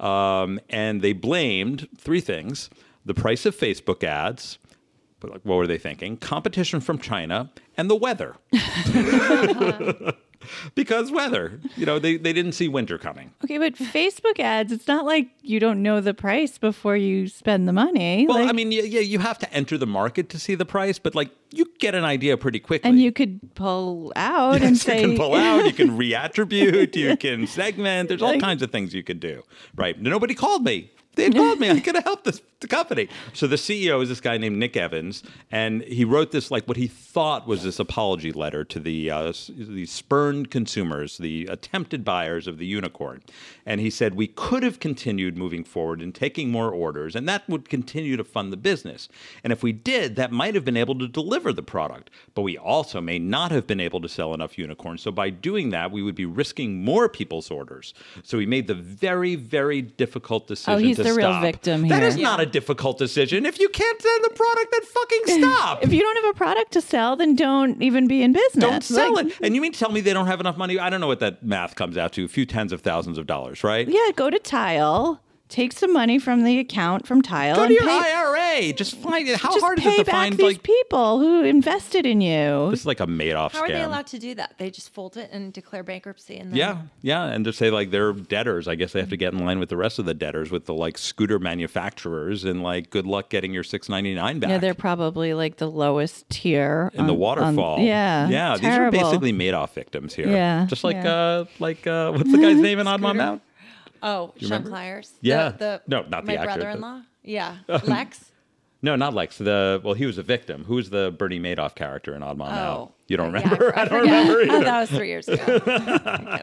[SPEAKER 1] Um, and they blamed three things the price of Facebook ads. But like, what were they thinking? Competition from China and the weather. because weather. You know, they, they didn't see winter coming.
[SPEAKER 2] Okay, but Facebook ads, it's not like you don't know the price before you spend the money.
[SPEAKER 1] Well,
[SPEAKER 2] like,
[SPEAKER 1] I mean, yeah, yeah, you have to enter the market to see the price, but like you get an idea pretty quickly.
[SPEAKER 2] and you could pull out and
[SPEAKER 1] Yes,
[SPEAKER 2] say,
[SPEAKER 1] you can pull out, you can reattribute, you can segment. There's all
[SPEAKER 2] Like-
[SPEAKER 1] kinds of things you could do. Right. Nobody called me. They had called me. I could have helped this the company. So the CEO is this guy named Nick Evans, and he wrote this like what he thought was this apology letter to the uh, s- the spurned consumers, the attempted buyers of the unicorn. And he said we could have continued moving forward and taking more orders, and that would continue to fund the business. And if we did, that might have been able to deliver the product, but we also may not have been able to sell enough unicorns. So by doing that, we would be risking more people's orders. So we made the very, very difficult decision.
[SPEAKER 2] Oh, he's
[SPEAKER 1] to
[SPEAKER 2] the real
[SPEAKER 1] stop.
[SPEAKER 2] victim
[SPEAKER 1] That
[SPEAKER 2] here.
[SPEAKER 1] is not a difficult decision. If you can't sell the product, then fucking stop.
[SPEAKER 2] if you don't have a product to sell, then don't even be in business.
[SPEAKER 1] Don't sell
[SPEAKER 2] Like,
[SPEAKER 1] it. And you mean tell me they don't have enough money? I don't know what that math comes out to. A few tens of thousands of dollars, right?
[SPEAKER 2] Yeah, go to Tile, take some money from the account from Tile,
[SPEAKER 1] Go
[SPEAKER 2] and
[SPEAKER 1] to your
[SPEAKER 2] pay,
[SPEAKER 1] IRA. Just find it. How
[SPEAKER 2] just
[SPEAKER 1] hard
[SPEAKER 2] pay
[SPEAKER 1] is it to
[SPEAKER 2] back
[SPEAKER 1] find
[SPEAKER 2] these
[SPEAKER 1] like
[SPEAKER 2] people who invested in you.
[SPEAKER 1] this is like a Madoff
[SPEAKER 3] How
[SPEAKER 1] scam?
[SPEAKER 3] are they allowed to do that? They just fold it and declare bankruptcy and then
[SPEAKER 1] Yeah, yeah, and to say like they're debtors, I guess they have to get in line with the rest of the debtors, with the like scooter manufacturers, and like good luck getting your six ninety nine back.
[SPEAKER 2] Yeah, they're probably like the lowest tier
[SPEAKER 1] in the
[SPEAKER 2] on- on-
[SPEAKER 1] waterfall.
[SPEAKER 2] yeah,
[SPEAKER 1] yeah,
[SPEAKER 2] terrible.
[SPEAKER 1] these are basically Madoff victims here.
[SPEAKER 2] Yeah,
[SPEAKER 1] just like
[SPEAKER 2] yeah.
[SPEAKER 1] uh, like uh, what's the guy's name in Odd Mom
[SPEAKER 3] Scooter?
[SPEAKER 1] Out?
[SPEAKER 3] Oh, Sean
[SPEAKER 1] remember?
[SPEAKER 3] Pliers.
[SPEAKER 1] Yeah.
[SPEAKER 3] The, the,
[SPEAKER 1] No, not the actor,
[SPEAKER 3] my
[SPEAKER 1] the-
[SPEAKER 3] brother-in-law. Yeah. Lex.
[SPEAKER 1] No, not Lex. The well, he was a victim. Who was the Bernie Madoff character in Odd Mom Out?
[SPEAKER 3] Oh.
[SPEAKER 1] You don't
[SPEAKER 3] Yeah, I
[SPEAKER 1] remember?
[SPEAKER 3] for-
[SPEAKER 1] I, don't
[SPEAKER 3] forget.
[SPEAKER 1] remember
[SPEAKER 3] Oh,
[SPEAKER 1] either.
[SPEAKER 3] that was three years ago.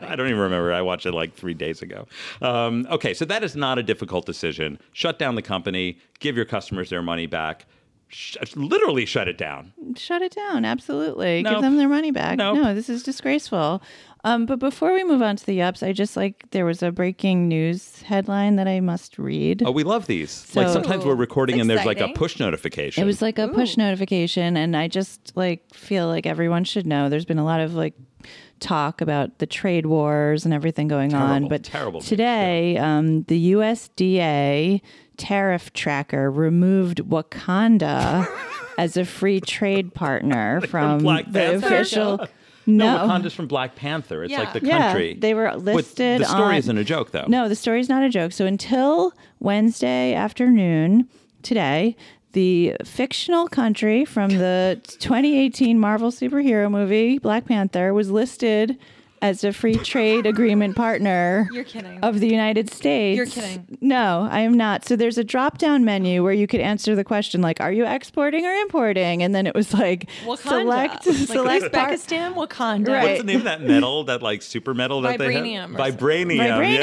[SPEAKER 1] I don't even remember. I watched it like three days ago. Um, okay, so that is not a difficult decision. Shut down the company. Give your customers their money back. Sh- uh, literally shut it down.
[SPEAKER 2] shut it down. Absolutely,
[SPEAKER 1] Nope.
[SPEAKER 2] give them their money back.
[SPEAKER 1] Nope.
[SPEAKER 2] No, this is disgraceful. Um, but before we move on to the yups, I just like there was a breaking news headline that I must read.
[SPEAKER 1] Oh, we love these. like
[SPEAKER 2] So-
[SPEAKER 1] sometimes we're recording
[SPEAKER 3] Ooh,
[SPEAKER 1] and there's like a
[SPEAKER 3] exciting.
[SPEAKER 1] push notification.
[SPEAKER 2] It was like a push notification, and I just like feel like everyone should know. There's been a lot of like talk about the trade wars and everything going on,
[SPEAKER 1] Terrible,
[SPEAKER 2] but
[SPEAKER 1] terrible news,
[SPEAKER 2] today, um, the USDA tariff tracker removed Wakanda as a free trade partner from
[SPEAKER 1] Black
[SPEAKER 2] the
[SPEAKER 1] Panther?
[SPEAKER 2] official.
[SPEAKER 1] no,
[SPEAKER 2] No,
[SPEAKER 1] Wakanda's from Black Panther. It's
[SPEAKER 3] Yeah.
[SPEAKER 1] like the
[SPEAKER 2] Yeah,
[SPEAKER 1] country.
[SPEAKER 2] they were
[SPEAKER 1] With-
[SPEAKER 2] listed
[SPEAKER 1] The story
[SPEAKER 2] on-
[SPEAKER 1] isn't a joke though.
[SPEAKER 2] No, the story's not a joke. So until Wednesday afternoon today, the fictional country from the 2018 Marvel superhero movie Black Panther was listed as a free trade agreement partner
[SPEAKER 3] You're kidding.
[SPEAKER 2] of the United States.
[SPEAKER 3] You're kidding.
[SPEAKER 2] No, I am not. So there's a drop down menu where you could answer the question like, are you exporting or importing? And then it was like
[SPEAKER 3] Wakanda.
[SPEAKER 2] select
[SPEAKER 3] Like
[SPEAKER 2] select part-
[SPEAKER 3] Uzbekistan, Wakanda.
[SPEAKER 2] Right.
[SPEAKER 1] What's the name of that metal? That like super metal that
[SPEAKER 3] Vibranium
[SPEAKER 1] they
[SPEAKER 3] or
[SPEAKER 1] have? Vibranium.
[SPEAKER 2] Vibranium.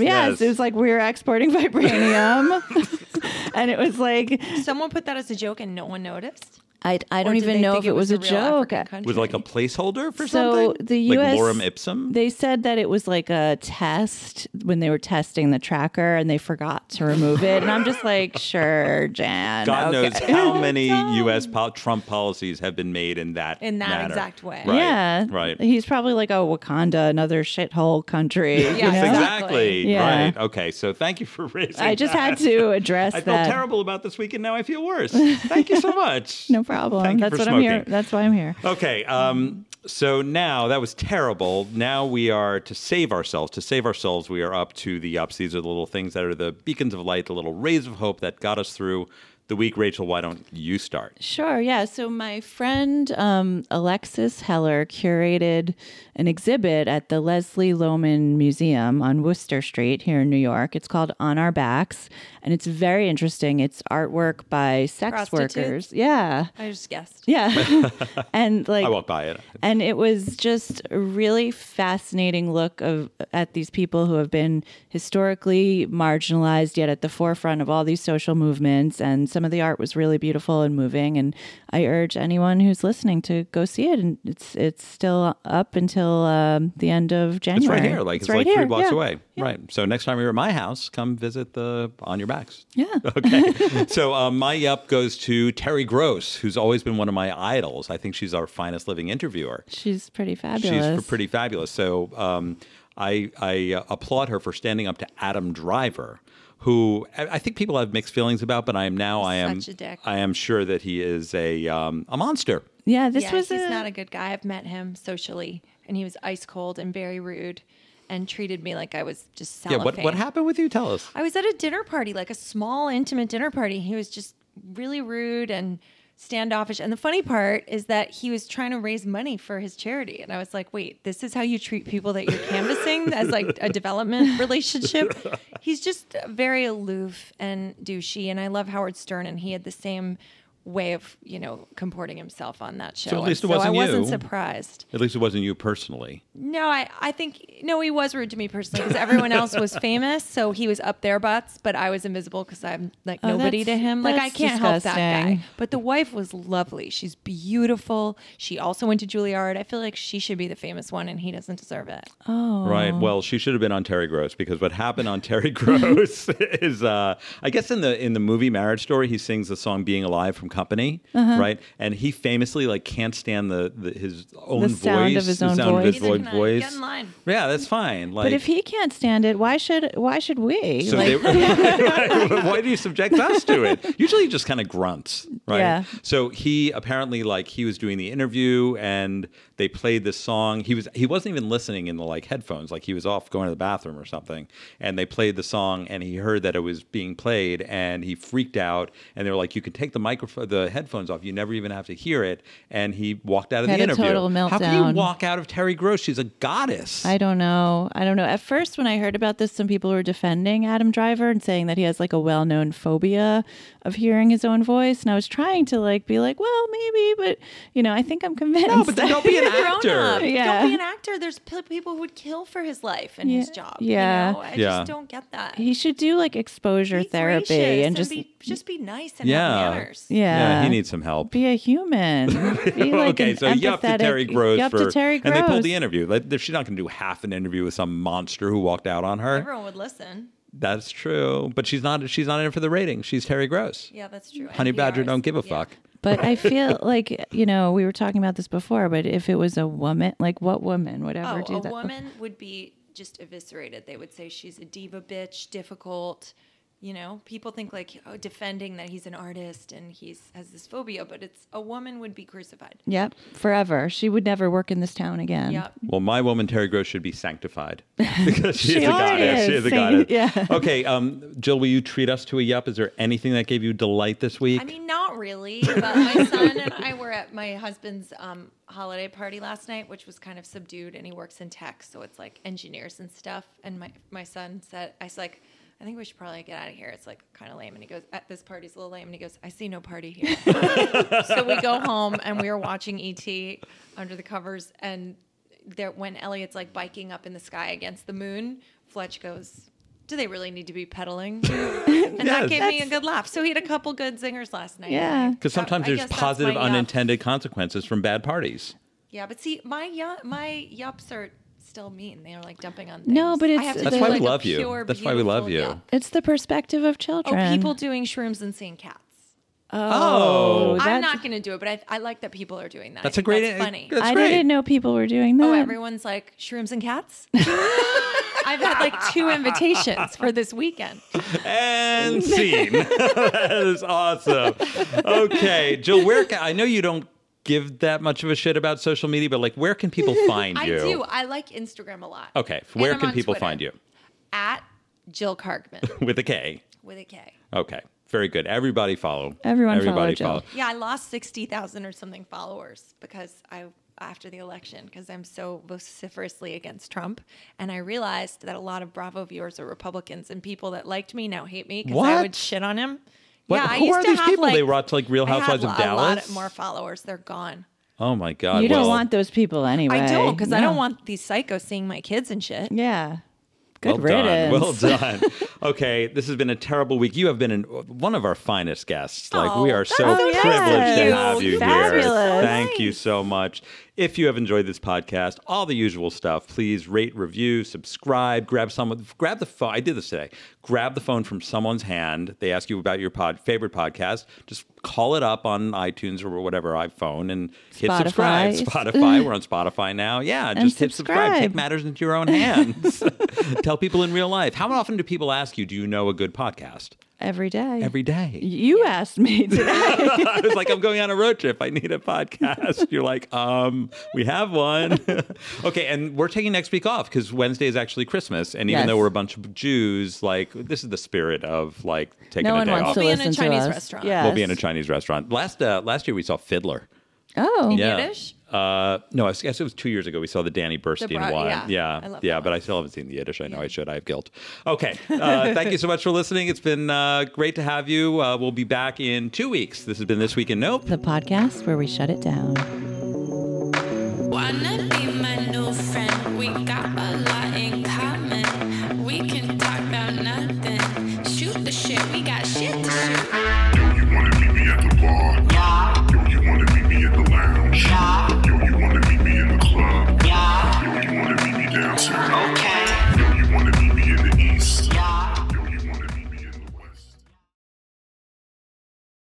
[SPEAKER 1] Yes.
[SPEAKER 2] Yes, It was like we were exporting vibranium. and it was like
[SPEAKER 3] Someone put that as a joke and no one noticed.
[SPEAKER 2] I, I
[SPEAKER 3] Or
[SPEAKER 2] don't
[SPEAKER 3] did they
[SPEAKER 2] even know
[SPEAKER 3] think
[SPEAKER 2] if it was a,
[SPEAKER 3] real
[SPEAKER 2] joke.
[SPEAKER 3] African country?
[SPEAKER 1] was like a placeholder for
[SPEAKER 2] So
[SPEAKER 1] something.
[SPEAKER 2] the
[SPEAKER 1] like
[SPEAKER 2] US
[SPEAKER 1] lorem ipsum.
[SPEAKER 2] They said that it was like a test when they were testing the tracker and they forgot to remove it. And I'm just like, sure, Jan.
[SPEAKER 1] God
[SPEAKER 2] okay.
[SPEAKER 1] knows how many U.S. Pol- Trump policies have been made in that
[SPEAKER 3] In that
[SPEAKER 1] manner.
[SPEAKER 3] exact way.
[SPEAKER 1] Right,
[SPEAKER 2] yeah.
[SPEAKER 1] right.
[SPEAKER 2] He's probably like, oh, Wakanda, another shithole country.
[SPEAKER 3] Yeah,
[SPEAKER 2] you know?
[SPEAKER 1] exactly.
[SPEAKER 2] Yeah.
[SPEAKER 1] Right. Okay. So thank you for raising.
[SPEAKER 2] I just
[SPEAKER 1] that.
[SPEAKER 2] had to address
[SPEAKER 1] I felt
[SPEAKER 2] that.
[SPEAKER 1] terrible about this week, and now I feel worse. Thank you so much.
[SPEAKER 2] No problem.
[SPEAKER 1] Thank you
[SPEAKER 2] That's
[SPEAKER 1] for
[SPEAKER 2] what I'm here.
[SPEAKER 1] smoking.
[SPEAKER 2] That's why I'm here.
[SPEAKER 1] Okay. Um, so now that was terrible. Now we are to save ourselves. To save ourselves, we are up to the ups. These are the little things that are the beacons of light, the little rays of hope that got us through the week. Rachel, why don't you start?
[SPEAKER 2] Sure. Yeah. So my friend um, Alexis Heller curated an exhibit at the Leslie Lohman Museum on Worcester Street here in New York. It's called On Our Backs, and it's very interesting. It's artwork by sex
[SPEAKER 3] Prostitutes?
[SPEAKER 2] workers. Yeah.
[SPEAKER 3] I just guessed.
[SPEAKER 2] Yeah. and like
[SPEAKER 1] I walked by it.
[SPEAKER 2] and it was just a really fascinating look of at these people who have been historically marginalized yet at the forefront of all these social movements and some of the art was really beautiful and moving and i urge anyone who's listening to go see it and it's it's still up until um, the end of
[SPEAKER 1] It's
[SPEAKER 2] january
[SPEAKER 1] right here. Like it's,
[SPEAKER 2] right
[SPEAKER 1] like
[SPEAKER 2] here.
[SPEAKER 1] three blocks
[SPEAKER 2] Yeah.
[SPEAKER 1] away. Right. So next time you're at my house, come visit the On Your Backs.
[SPEAKER 2] yeah
[SPEAKER 1] Okay. so um, my yup goes to Terry Gross, who's always been one of my idols. I think she's our finest living interviewer.
[SPEAKER 2] she's pretty
[SPEAKER 1] She's
[SPEAKER 2] fabulous
[SPEAKER 1] f- pretty fabulous. So um, I, I uh, applaud her for standing up to Adam Driver, who I, I think people have mixed feelings about, but I am now I am
[SPEAKER 3] Such a dick.
[SPEAKER 1] I am sure that he is a um, a monster.
[SPEAKER 2] yeah this
[SPEAKER 3] yeah,
[SPEAKER 2] was
[SPEAKER 3] he's
[SPEAKER 2] a,
[SPEAKER 3] not a good guy. I've met him socially, and he was ice cold and very rude and treated me like I was just
[SPEAKER 1] Yeah,
[SPEAKER 3] cellophane.
[SPEAKER 1] what, what happened with you? Tell us.
[SPEAKER 3] I was at a dinner party, like a small, intimate dinner party. He was just really rude and standoffish. And the funny part is that he was trying to raise money for his charity. And I was like, wait, this is how you treat people that you're canvassing as like a development relationship? He's just very aloof and douchey. And I love Howard Stern, and he had the same way of, you know, comporting himself on that show.
[SPEAKER 1] at
[SPEAKER 3] And
[SPEAKER 1] least it
[SPEAKER 3] so I
[SPEAKER 1] wasn't
[SPEAKER 3] wasn't
[SPEAKER 1] you.
[SPEAKER 3] surprised.
[SPEAKER 1] At least it wasn't you personally.
[SPEAKER 3] No, I, I think no, he was rude to me personally because everyone else was famous, so he was up their butts, but I was invisible because I'm like
[SPEAKER 2] Oh,
[SPEAKER 3] nobody to
[SPEAKER 2] that's-
[SPEAKER 3] him. Like I
[SPEAKER 2] that's
[SPEAKER 3] can't help that guy.
[SPEAKER 2] disgusting.
[SPEAKER 3] But the wife was lovely. She's beautiful. She also went to Juilliard. I feel like she should be the famous one, and he doesn't deserve it.
[SPEAKER 1] Right. Well, she should have been on Terry Gross because what happened on Terry Gross is, uh, I guess, in the in the movie Marriage Story, he sings the song "Being Alive" from Company,
[SPEAKER 2] Uh-huh.
[SPEAKER 1] right? And he famously like can't stand the, the his own voice,
[SPEAKER 2] sound of his
[SPEAKER 1] the
[SPEAKER 2] own
[SPEAKER 1] sound of his
[SPEAKER 2] voice.
[SPEAKER 3] Neither
[SPEAKER 1] vo-
[SPEAKER 3] can I.
[SPEAKER 1] voice.
[SPEAKER 3] Get in line.
[SPEAKER 1] Yeah, that's fine. Like,
[SPEAKER 2] But if he can't stand it, why should why should we?
[SPEAKER 1] so
[SPEAKER 2] like,
[SPEAKER 1] they, right, but why do you subject us to it? Usually, he just kind of grunts, right?
[SPEAKER 2] Yeah.
[SPEAKER 1] So he apparently like he was doing the interview and they played this song. He was he wasn't even listening in the like headphones, like he was off going to the bathroom or something. And they played the song and he heard that it was being played and he freaked out and they were like, You can take the microphone the headphones off, you never even have to hear it. And he walked out of
[SPEAKER 2] Had
[SPEAKER 1] the
[SPEAKER 2] a
[SPEAKER 1] interview.
[SPEAKER 2] total
[SPEAKER 1] How can
[SPEAKER 2] meltdown.
[SPEAKER 1] you walk out of Terry Gross? She's a goddess.
[SPEAKER 2] I don't know. I don't know. At first, when I heard about this, some people were defending Adam Driver and saying that he has like a well known phobia of hearing his own voice. And I was trying to like be like, well, maybe, but you know, I think I'm convinced.
[SPEAKER 1] no, but then don't be an
[SPEAKER 3] Grown
[SPEAKER 1] actor.
[SPEAKER 3] up.
[SPEAKER 2] Yeah.
[SPEAKER 3] Don't be an actor. There's p- people who would kill for his life and his
[SPEAKER 2] Yeah.
[SPEAKER 3] job.
[SPEAKER 2] Yeah.
[SPEAKER 3] You know? I
[SPEAKER 1] Yeah.
[SPEAKER 3] just don't get that.
[SPEAKER 2] he should do like exposure
[SPEAKER 3] Be
[SPEAKER 2] therapy
[SPEAKER 3] gracious
[SPEAKER 2] and, just
[SPEAKER 3] be, just be nice and
[SPEAKER 1] Yeah.
[SPEAKER 3] have manners.
[SPEAKER 2] yeah,
[SPEAKER 1] he needs some help.
[SPEAKER 2] be a human. Be like
[SPEAKER 1] okay,
[SPEAKER 2] an
[SPEAKER 1] so yup to
[SPEAKER 2] empathetic-
[SPEAKER 1] Terry Gross
[SPEAKER 2] Yup
[SPEAKER 1] for
[SPEAKER 2] to Terry Gross.
[SPEAKER 1] and they pulled the interview. Like, she's not going to do half an interview with some monster who walked out on her.
[SPEAKER 3] Everyone would listen.
[SPEAKER 1] That's true, but she's not. She's not in it for the ratings. She's Terry Gross.
[SPEAKER 3] Yeah, that's true.
[SPEAKER 1] Honey Badger
[SPEAKER 3] NPRs.
[SPEAKER 1] don't give a
[SPEAKER 3] Yeah.
[SPEAKER 1] fuck.
[SPEAKER 2] But I feel like you know we were talking about this before. But if it was a woman, like what woman would ever
[SPEAKER 3] Oh,
[SPEAKER 2] do
[SPEAKER 3] a
[SPEAKER 2] that?
[SPEAKER 3] woman would be just eviscerated. They would say she's a diva bitch, difficult. You know, people think like oh, defending that he's an artist and he's has this phobia, but it's a woman would be crucified.
[SPEAKER 2] Yep, forever. She would never work in this town again.
[SPEAKER 3] Yeah,
[SPEAKER 1] Well, my woman Terry Gross should be sanctified because she's
[SPEAKER 2] She
[SPEAKER 1] a
[SPEAKER 2] already
[SPEAKER 1] goddess.
[SPEAKER 2] is.
[SPEAKER 1] She is a goddess.
[SPEAKER 2] Saint- yeah.
[SPEAKER 1] Okay, um, Jill, will you treat us to a yup? Is there anything that gave you delight this week?
[SPEAKER 3] I mean, not really, but my son and I were at my husband's um, holiday party last night, which was kind of subdued, and he works in tech, so it's like engineers and stuff. And my my son said, I was like, I think we should probably get out of here. It's like kind of lame. And he goes, at this party's a little lame. And he goes, I see no party here. so we go home and we were watching ET under the covers. And there, when Elliot's like biking up in the sky against the moon, Fletch goes, Do they really need to be pedaling? And
[SPEAKER 1] Yes.
[SPEAKER 3] that gave me a good laugh. So he had a couple good zingers last night.
[SPEAKER 2] Yeah.
[SPEAKER 1] because
[SPEAKER 3] That-
[SPEAKER 1] sometimes
[SPEAKER 3] I
[SPEAKER 1] there's
[SPEAKER 3] guess that's
[SPEAKER 1] positive
[SPEAKER 3] my yup.
[SPEAKER 1] unintended consequences from bad parties.
[SPEAKER 3] Yeah, but see, my yup, my yups are still mean. They are like dumping on. Things.
[SPEAKER 2] No, but
[SPEAKER 3] I
[SPEAKER 2] it's-
[SPEAKER 3] have to
[SPEAKER 2] That's
[SPEAKER 3] do,
[SPEAKER 2] why we
[SPEAKER 3] like, a
[SPEAKER 1] love you.
[SPEAKER 3] pure,
[SPEAKER 1] That's why we love
[SPEAKER 3] beautiful
[SPEAKER 1] you.
[SPEAKER 3] yup.
[SPEAKER 2] It's the perspective of
[SPEAKER 3] Oh,
[SPEAKER 2] children.
[SPEAKER 3] people doing shrooms and seeing cats.
[SPEAKER 1] Oh,
[SPEAKER 3] I'm
[SPEAKER 2] that's-
[SPEAKER 3] not going to do it, but I, I like that people are doing that. I
[SPEAKER 1] That's a
[SPEAKER 3] think
[SPEAKER 1] great.
[SPEAKER 3] funny.
[SPEAKER 1] That's
[SPEAKER 2] I
[SPEAKER 1] great.
[SPEAKER 2] didn't know people were doing that.
[SPEAKER 3] Oh, everyone's like shrooms and cats. I've had like two invitations for this weekend.
[SPEAKER 1] and scene. that is awesome. Okay, Jill, where can, I know you don't give that much of a shit about social media, but like, where can people find
[SPEAKER 3] I
[SPEAKER 1] you?
[SPEAKER 3] do. I like Instagram a lot.
[SPEAKER 1] Okay,
[SPEAKER 3] And
[SPEAKER 1] where
[SPEAKER 3] I'm
[SPEAKER 1] can
[SPEAKER 3] on
[SPEAKER 1] people
[SPEAKER 3] Twitter,
[SPEAKER 1] find you?
[SPEAKER 3] At Jill Cargman
[SPEAKER 1] With a K.
[SPEAKER 3] with a K.
[SPEAKER 1] Okay, very good. Everybody follow.
[SPEAKER 2] Everyone follow
[SPEAKER 1] Everybody
[SPEAKER 2] Jill.
[SPEAKER 1] follow.
[SPEAKER 3] Yeah, I lost sixty thousand or something followers because I after the election because I'm so vociferously against Trump, and I realized that a lot of Bravo viewers are Republicans, and people that liked me now hate me because I
[SPEAKER 1] What?
[SPEAKER 3] would shit on him.
[SPEAKER 1] What-
[SPEAKER 3] Yeah, I
[SPEAKER 1] who
[SPEAKER 3] used
[SPEAKER 1] are
[SPEAKER 3] to
[SPEAKER 1] these
[SPEAKER 3] have,
[SPEAKER 1] people?
[SPEAKER 3] Like,
[SPEAKER 1] They watch, like, Real
[SPEAKER 3] I had
[SPEAKER 1] Housewives of
[SPEAKER 3] A lot
[SPEAKER 1] Dallas?
[SPEAKER 3] more followers. They're gone.
[SPEAKER 1] Oh my God.
[SPEAKER 2] You don't
[SPEAKER 1] well-
[SPEAKER 2] want those people anyway.
[SPEAKER 3] I don't because I
[SPEAKER 2] No.
[SPEAKER 3] don't want these psychos seeing my kids and shit.
[SPEAKER 2] Yeah.
[SPEAKER 1] well
[SPEAKER 2] Good riddance.
[SPEAKER 1] done. Well done. okay, this has been a terrible week. You have been an, one of our finest guests. Like we
[SPEAKER 3] Oh,
[SPEAKER 1] are
[SPEAKER 3] that's
[SPEAKER 1] so
[SPEAKER 3] so
[SPEAKER 1] privileged
[SPEAKER 3] nice
[SPEAKER 2] of
[SPEAKER 1] to
[SPEAKER 2] you.
[SPEAKER 1] have you here.
[SPEAKER 2] Fabulous.
[SPEAKER 1] Thank you so much. If you have enjoyed this podcast, all the usual stuff, please rate, review, subscribe, grab someone grab the phone. I did this today. Grab the phone from someone's hand. They ask you about your pod favorite podcast. Just call it up on iTunes or whatever iPhone and hit subscribe.
[SPEAKER 2] Spotify.
[SPEAKER 1] Spotify. We're on Spotify now. Yeah, just hit subscribe. Take
[SPEAKER 2] subscribe.
[SPEAKER 1] matters into your own hands. Tell people in real life. How often do people ask you, do you know a good podcast?
[SPEAKER 2] every day.
[SPEAKER 1] every day.
[SPEAKER 2] you asked me today.
[SPEAKER 1] I was like, I'm going on a road trip. I need a podcast. You're like, um, we have one. okay, and we're taking next week off because Wednesday is actually Christmas. And even
[SPEAKER 2] Yes.
[SPEAKER 1] though we're a bunch of Jews, like this is the spirit of like taking
[SPEAKER 2] no
[SPEAKER 1] a
[SPEAKER 2] one
[SPEAKER 1] day
[SPEAKER 2] wants
[SPEAKER 1] off.
[SPEAKER 2] to
[SPEAKER 3] We'll be in a
[SPEAKER 2] listen
[SPEAKER 3] Chinese
[SPEAKER 2] to us.
[SPEAKER 3] restaurant.
[SPEAKER 2] Yes.
[SPEAKER 1] We'll be in a Chinese restaurant. Last uh, last year we saw Fiddler.
[SPEAKER 2] Oh,
[SPEAKER 1] Yeah.
[SPEAKER 3] Yiddish?
[SPEAKER 1] Uh, no, I guess it was two years ago. We saw the Danny Burstein
[SPEAKER 3] broad-
[SPEAKER 1] one.
[SPEAKER 3] yeah.
[SPEAKER 1] yeah,
[SPEAKER 3] I love
[SPEAKER 1] yeah,
[SPEAKER 3] that
[SPEAKER 1] but I still haven't seen the Yiddish. I know I should. I have guilt. Okay, uh, thank you so much for listening. It's been uh, great to have you. Uh, we'll be back in two weeks. This has been this week in Nope.
[SPEAKER 2] the podcast where we shut it down.
[SPEAKER 5] Wanna be my new friend? We got a lot in common.